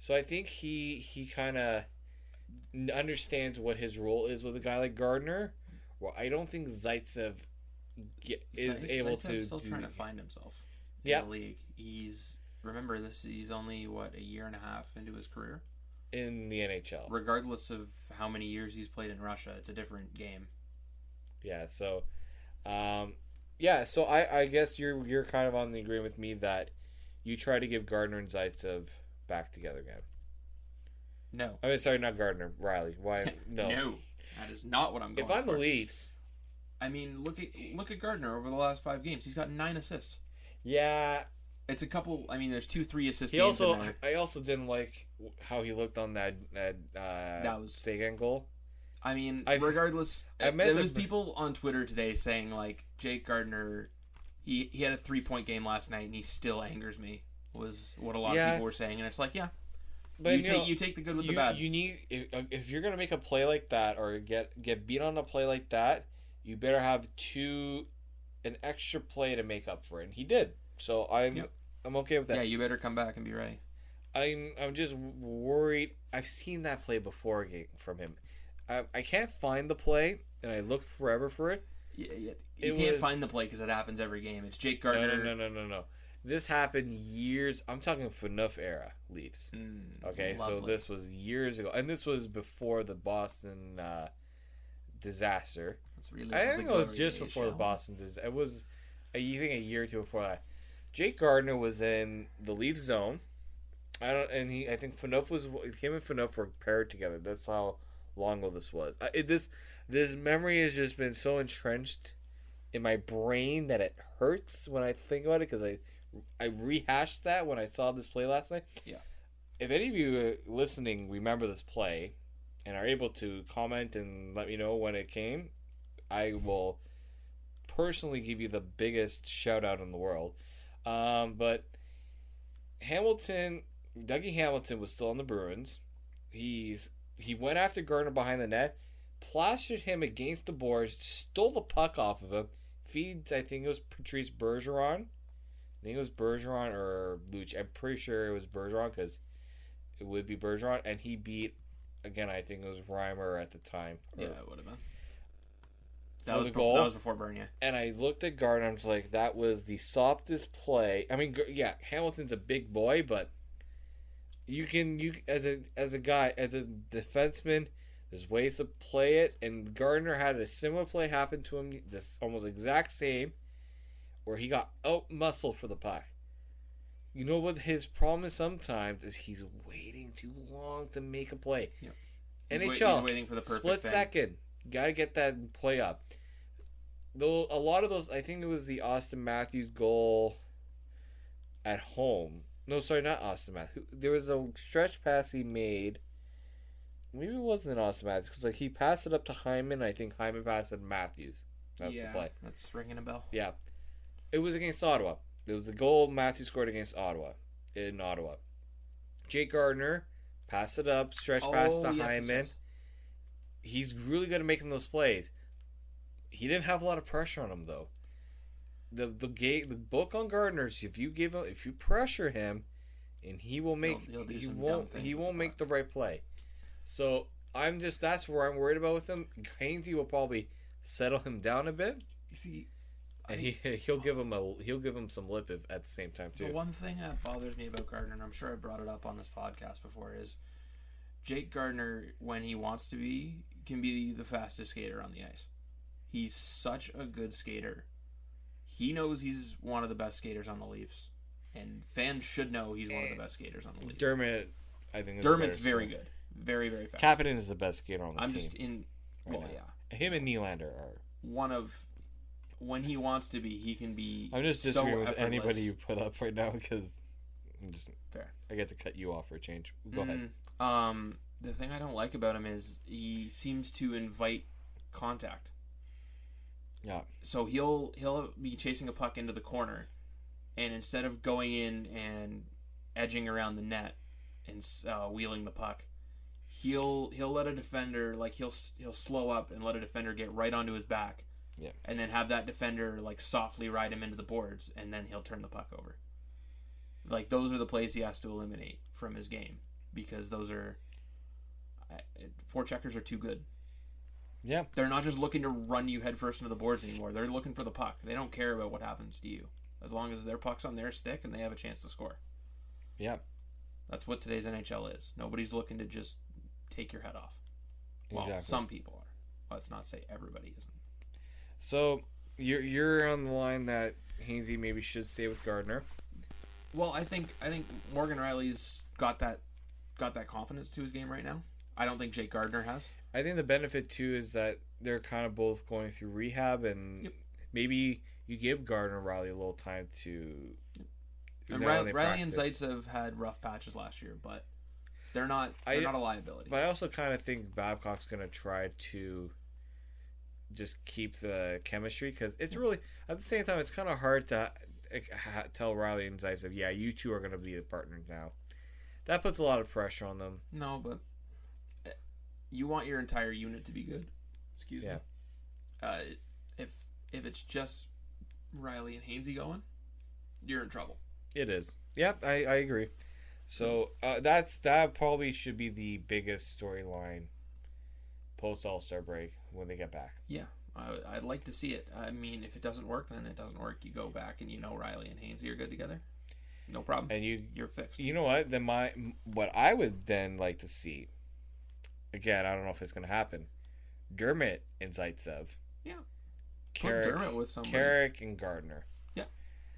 So I think he he kind of understands what his role is with a guy like Gardner. Well, I don't think Zaitsev ge-
So I
is
think
able
Zaitsev's
to.
still
do-
trying to find himself in
Yeah.
the league. He's remember this. He's only what a year and a half into his career.
in the NHL.
Regardless of how many years he's played in Russia, it's a different game.
Yeah. So, um, yeah. So I I guess you're you're kind of on the agreement with me that You try to give Gardner and Zaitsev back together again.
[LAUGHS] No.
I mean, sorry, not Gardner, Riley.
[LAUGHS]
Why? No.
That is not what I'm going
if I'm
for.
the Leafs,
I mean, look at look at Gardner over the last five games. He's got nine assists.
yeah.
It's a couple. I mean, there's two, three assist
He
games
also,
in there.
I also didn't like how he looked on that that uh,
That was-
Sagan goal.
I mean,
I-
regardless,
I meant
there
to-
was people on Twitter today saying like Jake Gardner, he he had a three point game last night and he still angers me. Was what a lot
Yeah.
of people were saying, and it's like, yeah,
But
you, take
know,
you take the good with
you,
the bad.
you need if, uh, if you're gonna make a play like that or get get beat on a play like that, you better have two an extra play to make up for it. And he did. So I'm
Yep.
I'm okay with that.
yeah, you better come back and be ready.
I'm I'm just worried. I've seen that play before again from him. I, I can't find the play, and I looked forever for it.
Yeah, yeah. You
It
can't
was-
find the play because it happens every game. It's Jake
No,
Gardner.
no, no, no, no, no. This happened years. I'm talking FNUF era Leafs.
Mm,
Okay, so
lovely.
this was years ago, and this was before the Boston uh, disaster.
Let's relive
I
the
think it was
glory
just
days,
before the
shall we?
Boston disaster. It was, a, you think, a year or two before that. Jake Gardner was in the Leafs zone. I don't, and he, I think Fanoff was him and Fanoff were paired together. That's how long ago this was. I, it, this this memory has just been so entrenched in my brain that it hurts when I think about it because I I rehashed that when I saw this play last night.
Yeah.
If any of you uh, listening remember this play and are able to comment and let me know when it came, I will personally give you the biggest shout out in the world. Um, but Hamilton, Dougie Hamilton was still on the Bruins. He's he went after Gardner behind the net, plastered him against the boards, stole the puck off of him. Feeds, I think it was Patrice Bergeron. I think it was Bergeron or Luch. I'm pretty sure it was Bergeron because it would be Bergeron, and he beat again. I think it was Reimer at the time. or-
Yeah, it would have been.
For
That was,
the
bef-
goal?
that was before Bernier.
and I looked at Gardner. and I was like, that was the softest play. I mean, Gar- yeah, Hamilton's a big boy, but you can you as a as a guy as a defenseman, there's ways to play it. And Gardner had a similar play happen to him, this almost exact same, where he got out muscled for the puck. You know what his problem is sometimes is he's waiting too long to make a play.
Yep. He's wait-
NHL
he's waiting for the perfect
split
thing.
second. Got to get that play up. Though a lot of those, I think it was the Austin Matthews goal at home. No, sorry, not Austin Matthews. There was a stretch pass he made. Maybe it wasn't Austin Matthews because like he passed it up to Hyman. I think Hyman passed it to Matthews. That's
yeah,
the play.
That's ringing a bell.
Yeah. It was against Ottawa. It was the goal Matthew scored against Ottawa in Ottawa. Jake Gardner passed it up, stretch pass to
Oh, yes, yes,
Hyman.
yes.
He's really good at making those plays. He didn't have a lot of pressure on him though. The the ga- the book on Gardner's if you give him if you pressure him and he will make
He'll- he'll do
he
some dumb
won't
things
he
with the
won't make
puck.
the right play. So I'm just that's where I'm worried about with him. Hainsey will probably settle him down a bit.
You see,
And he [LAUGHS] he'll give him a he'll give him some lip if, at the same time
the
too.
one thing that bothers me about Gardner, and I'm sure I brought it up on this podcast before, is Jake Gardner, when he wants to be, can be the fastest skater on the ice. He's such a good skater. He knows he's one of the best skaters on the Leafs, and fans should know he's one of the best skaters on the Leafs.
Dermot, I think is the
Dermot's
better
very
skater.
good, very very fast.
Kapanen is the best skater on the
I'm
team.
just in.
right
Well,
now.
yeah.
Him and Nylander are.
one of when he wants to be, he can be.
I'm just
so
disagreeing with
effortless.
anybody you put up right now because I'm just
Fair.
I get to cut you off for a change. Go ahead.
Mm, um, the thing I don't like about him is he seems to invite contact.
Yeah.
So he'll he'll be chasing a puck into the corner, and instead of going in and edging around the net and uh, wheeling the puck, he'll he'll let a defender like he'll he'll slow up and let a defender get right onto his back.
Yeah.
And then have that defender like softly ride him into the boards, and then he'll turn the puck over. Like those are the plays he has to eliminate from his game because those are I- four checkers are too good.
Yeah.
They're not just looking to run you headfirst into the boards anymore. They're looking for the puck. They don't care about what happens to you as long as their puck's on their stick and they have a chance to score.
Yeah.
That's what today's NHL is. Nobody's looking to just take your head off. Well,
Exactly.
some people are. Let's not say everybody isn't.
So you're you're on the line that Hainsey maybe should stay with Gardner.
Well, I think I think Morgan Riley's got that got that confidence to his game right now. I don't think Jake Gardner has.
I think the benefit too is that they're kind of both going through rehab, and
Yep.
maybe you give Gardner Riley a little time to.
And
now
Riley,
they
Riley and
practice.
Zeitz have had rough patches last year, but they're not they're
I-
not a liability.
But I also kind of think Babcock's going to try to just keep the chemistry because it's really at the same time it's kind of hard to uh, ha- tell Riley and Zaitsev, yeah, you two are going to be the partners now. That puts a lot of pressure on them.
No, but uh, you want your entire unit to be good. Excuse
Yeah.
me. Uh, if if it's just Riley and Hainsey going, you're in trouble.
It is. Yep, I, I agree. So uh, that's that probably should be the biggest storyline post All Star break when they get back.
Yeah, I, I'd like to see it. I mean, if it doesn't work, then it doesn't work. You go back and you know Riley and Hainsey are good together. No problem.
And you
you're fixed.
you know what? Then my what I would then like to see. Again, I don't know if it's going to happen. Dermot and Zaitsev.
Yeah. Put
Carrick,
Dermot with somebody.
Carrick and Gardner.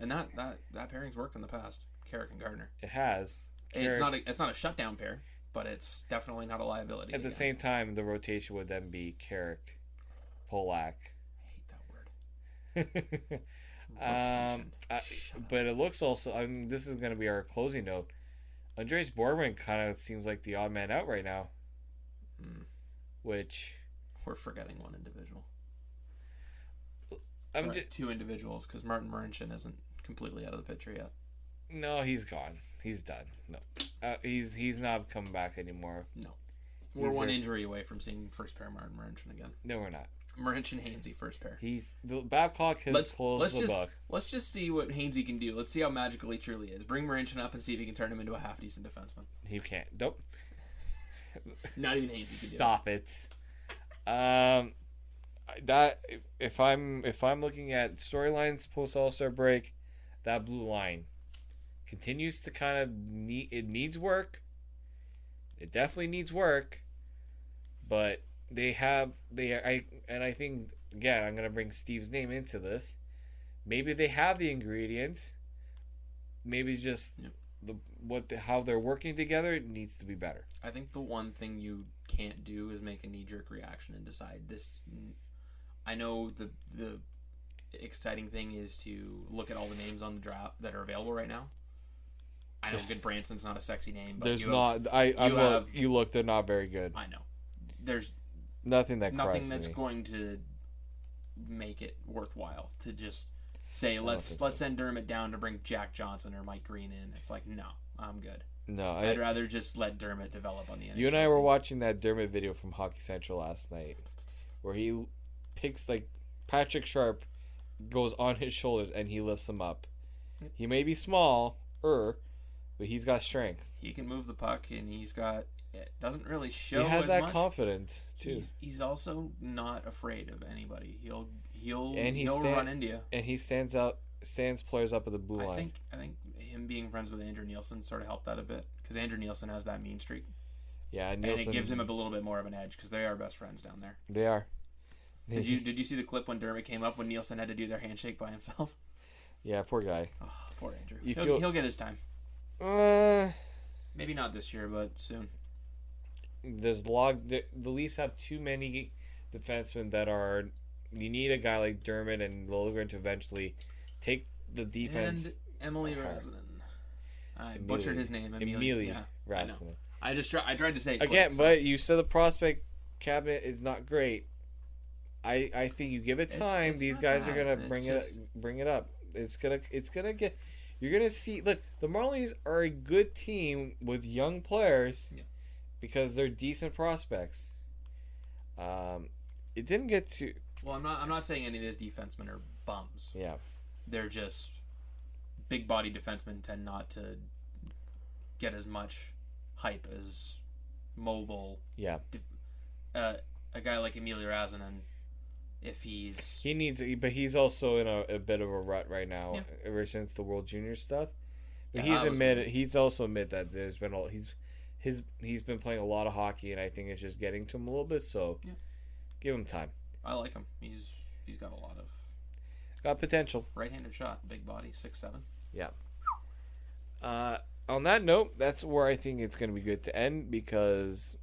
And that, that that pairing's worked in the past. Carrick and Gardner.
It has.
It's
Carrick-
not a it's not a shutdown pair, but it's definitely not a liability.
At the
again.
same time, the rotation would then be Carrick, Polak. [LAUGHS]
I hate that word.
um,
Rotation.
I-
Shut up.
but it looks also. I mean, this is going to be our closing note. Andres Borwin kind of seems like the odd man out right now,
Mm,
which
we're forgetting one individual.
I'm
Sorry,
just
two individuals because Martin Marincin isn't completely out of the picture yet.
no. He's gone. He's done. No, uh, he's he's not coming back anymore.
No, we're
He's
one
there.
injury away from seeing first pair Martin Marincin again.
No, we're not.
Marincin Hainsey first pair.
He's the Babcock has
let's
closed
let's
the
just
book.
let's just see what Hainsey can do. Let's see how magical he truly is. Bring Marincin up and see if he can turn him into a half decent defenseman.
He can't. Nope.
Not even Hainsey can do.
Stop it. Um, that if I'm if I'm looking at storylines post All Star break, that blue line continues to kind of need it needs work. It definitely needs work, but they have they I and I think again I'm gonna bring Steve's name into this. Maybe they have the ingredients. Maybe just
Yep.
the what the, how they're working together needs to be better.
I think the one thing you can't do is make a knee jerk reaction and decide this. I know the the exciting thing is to look at all the names on the draft that are available right now. I know good Branson's not a sexy name, but
There's
you
not. I I'm you,
you have-
you look. They're not very good.
Have, I know there's
Nothing that.
nothing
cries
that's
to me.
going to make it worthwhile to just say
don't
let's
think
let's send Dermot down to bring Jack Johnson or Mike Green in. It's like no, I'm good.
No,
I, would
I,
rather just let Dermot develop on the.
you and
NHL
I were
team.
watching that Dermot video from Hockey Central last night, where he picks like Patrick Sharp goes on his shoulders and he lifts him up.
Yep.
He may be small, er, but he's got strength.
He can move the puck, and he's got. It doesn't really show.
he has
as
that
much.
confidence too,
He's, he's also not afraid of anybody. He'll he'll
And he
he'll
sta-
run into you.
and he stands out, stands players up at the blue
I
line.
think I think him being friends with Andrew Nielsen sort of helped that a bit because Andrew Nielsen has that mean streak,
yeah, and,
and it
Nielsen-
gives him a little bit more of an edge because they are best friends down there.
They are. [LAUGHS]
Did you did you see the clip when Dermot came up when Nielsen had to do their handshake by himself? [LAUGHS]
yeah, poor guy.
Oh, poor Andrew.
You
He'll,
feel-
he'll get his time.
Uh,
Maybe not this year, but soon.
there's log the, the Leafs have too many defensemen that are you need a guy like Dermott and Lilligren to eventually take the defense
And Emily
Hard.
Razzanin. I
Immediately-
butchered his name. Emily.
immediately
Yeah, I know.
Rastian.
I just try, I tried to say it quick,
Again,
so-
but you said the prospect cabinet is not great. I I think you give it
It's-
time,
it's
these
not
guys are
bad.
gonna
It's
bring
just-
it bring it up. It's gonna it's gonna get you're gonna see look, the Marlies are a good team with young players
Yeah.
because they're decent prospects. Um it didn't get to
Well, I'm not. I'm not saying any of these defensemen are bums.
yeah.
They're just big body defensemen tend not to get as much hype as mobile.
Yeah.
Uh, a guy like Emilio Razanen, if he's
He needs, but he's also in a, a bit of a rut right now,
Yeah.
ever since the World Junior stuff. But
Yeah,
he's
that was-
admitted, he's also admitted that there's been a he's his he's been playing a lot of hockey, and I think it's just getting to him a little bit. So,
Yeah.
give him time.
I like him. He's he's got a lot of
Got potential.
right-handed shot, big body, six seven.
Yeah. Uh, on that note, that's where I think it's going to be good to end because,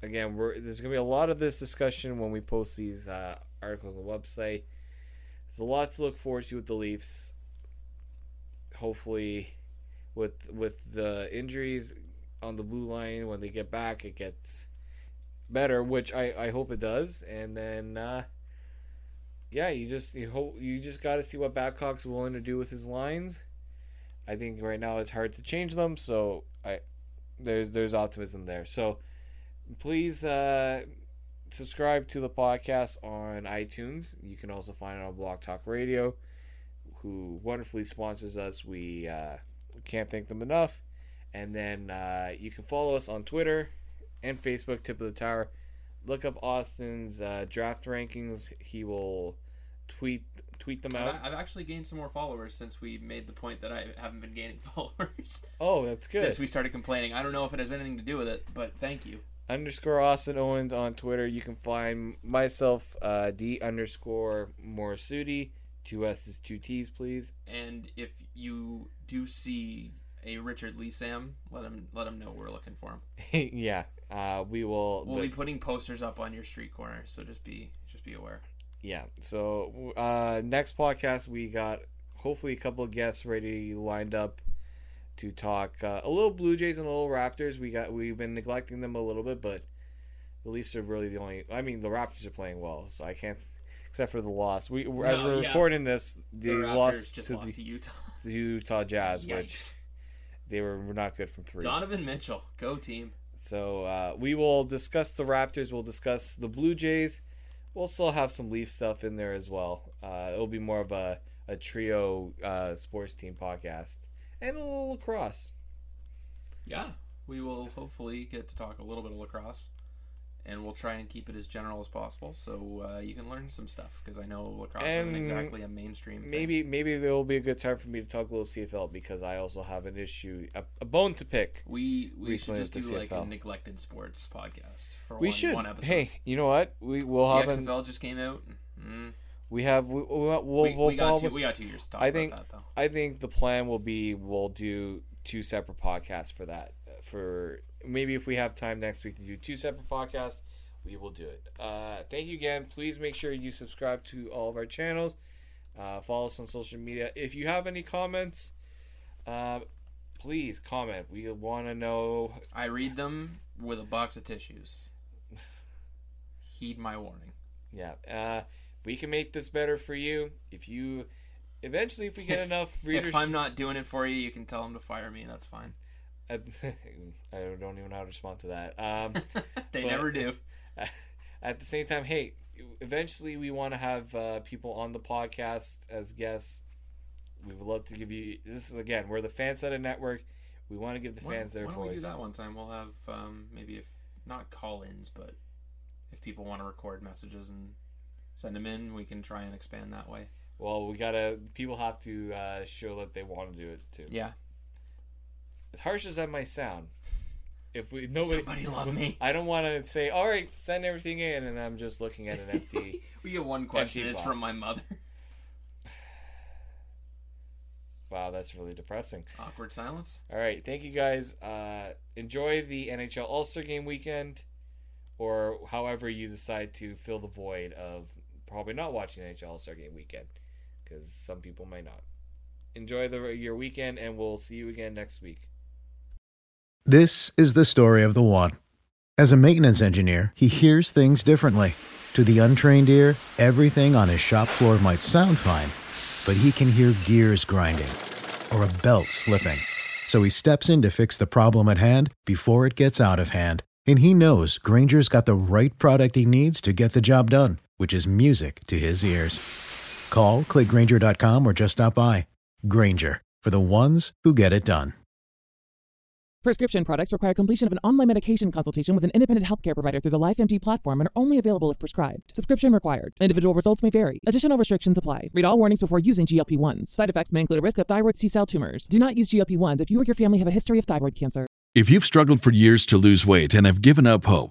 again, we're there's going to be a lot of this discussion when we post these uh, articles on the website. There's a lot to look forward to with the Leafs. Hopefully, with with the injuries on the blue line when they get back, it gets better, which I, I hope it does. And then, uh, yeah, you just you hope you just got to see what Babcock's willing to do with his lines. I think right now it's hard to change them, so I there's there's optimism there. So please uh, subscribe to the podcast on iTunes. You can also find it on Blog Talk Radio, who wonderfully sponsors us. We uh, can't thank them enough. And then uh, you can follow us on Twitter and Facebook, Tip of the Tower. Look up Austin's uh, draft rankings. He will tweet tweet them
I've,
out.
I've actually gained some more followers since we made the point that I haven't been gaining [LAUGHS] followers
Oh, that's good.
since we started complaining. I don't know if it has anything to do with it, but thank you.
underscore Austin Owens on Twitter. You can find myself uh, D underscore Morisuti. Two S's, two T's, please. [LAUGHS]
And if you do see a Richard Lee Sam, let him let him know we're looking for him.
yeah, uh, we will.
We'll
the-
be putting posters up on your street corner, so just be just be aware.
yeah. So uh, next podcast, we got hopefully a couple of guests ready lined up to talk uh, a little Blue Jays and a little Raptors. We got we've been neglecting them a little bit, but the Leafs are really the only. I mean, the Raptors are playing well, so I can't. [LAUGHS] Except for the loss, we as
No,
we're
yeah.
recording this,
The
the
Raptors
loss
just
to
lost
the,
to Utah. [LAUGHS]
the Utah Jazz, which
Yikes!
they were not good from three.
Donovan Mitchell, go team.
So uh, we will discuss the Raptors. We'll discuss the Blue Jays. We'll still have some Leaf stuff in there as well. Uh, it'll be more of a a trio uh, sports team podcast and a little lacrosse.
Yeah, we will hopefully get to talk a little bit of lacrosse, and we'll try and keep it as general as possible so uh, you can learn some stuff because I know lacrosse
And
isn't exactly a mainstream. thing.
Maybe maybe there will be a good time for me to talk a little CFL because I also have an issue a, a bone to pick.
we we,
we
should
play
just do
with the
like a
CFL.
neglected sports podcast for
We
one,
should.
one episode.
Hey, you know what? We will
the
have an,
XFL just came out. Mm.
we have we we'll, we'll,
we, we got
we'll-
two, we got two years to talk
I
about
think-
that though.
I think the plan will be we'll do two separate podcasts for that. For maybe if we have time next week to do two separate podcasts, we will do it. Uh, thank you again. Please make sure you subscribe to all of our channels. Uh, follow us on social media. If you have any comments, uh, please comment. We want to know.
I read them with a box of tissues. Heed my warning.
Yeah, uh, we can make this better for you. If you eventually, if we get
[LAUGHS] If-
enough readers,
If I'm not doing it for you, you can tell them to fire me. That's fine.
[LAUGHS]
[LAUGHS]
I don't even know how to respond to that. Um,
they
But-
never do.
at the same time, hey, eventually we want to have uh, people on the podcast as guests. We would love to give you this is again we're the fan sided network. We want to give the
Why-
fans their
why don't
voice.
we do that one time? We'll have um, maybe if not call-ins, but if people want to record messages and send them in, we can try and expand that way.
Well, we gotta people have to uh, show that they want to do it too.
Yeah,
As harsh as that might sound, if we nobody,
Somebody love
[LAUGHS]
me.
I don't want to say all right, send everything in, and I'm just looking at an empty.
[LAUGHS]
[LAUGHS]
we get one question.
Empty
It's
box.
from my mother. [LAUGHS]
wow, that's really depressing.
Awkward silence.
All right, thank you guys. Uh, enjoy the NHL All Star Game weekend, or however you decide to fill the void of probably not watching NHL All Star Game weekend, because some people might not. Enjoy the, your weekend, and we'll see you again next week.
This is the story of the one. As a maintenance engineer, he hears things differently. To the untrained ear, everything on his shop floor might sound fine, but he can hear gears grinding or a belt slipping. So he steps in to fix the problem at hand before it gets out of hand. And he knows Granger's got the right product he needs to get the job done, which is music to his ears. Call, click Granger.com, or just stop by. Granger, for the ones who get it done.
Prescription products require completion of an online medication consultation with an independent healthcare provider through the LifeMD platform and are only available if prescribed. Subscription required. Individual results may vary. Additional restrictions apply. Read all warnings before using GLP-1s. Side effects may include a risk of thyroid C-cell tumors. Do not use GLP-1s if you or your family have a history of thyroid cancer.
If you've struggled for years to lose weight and have given up hope,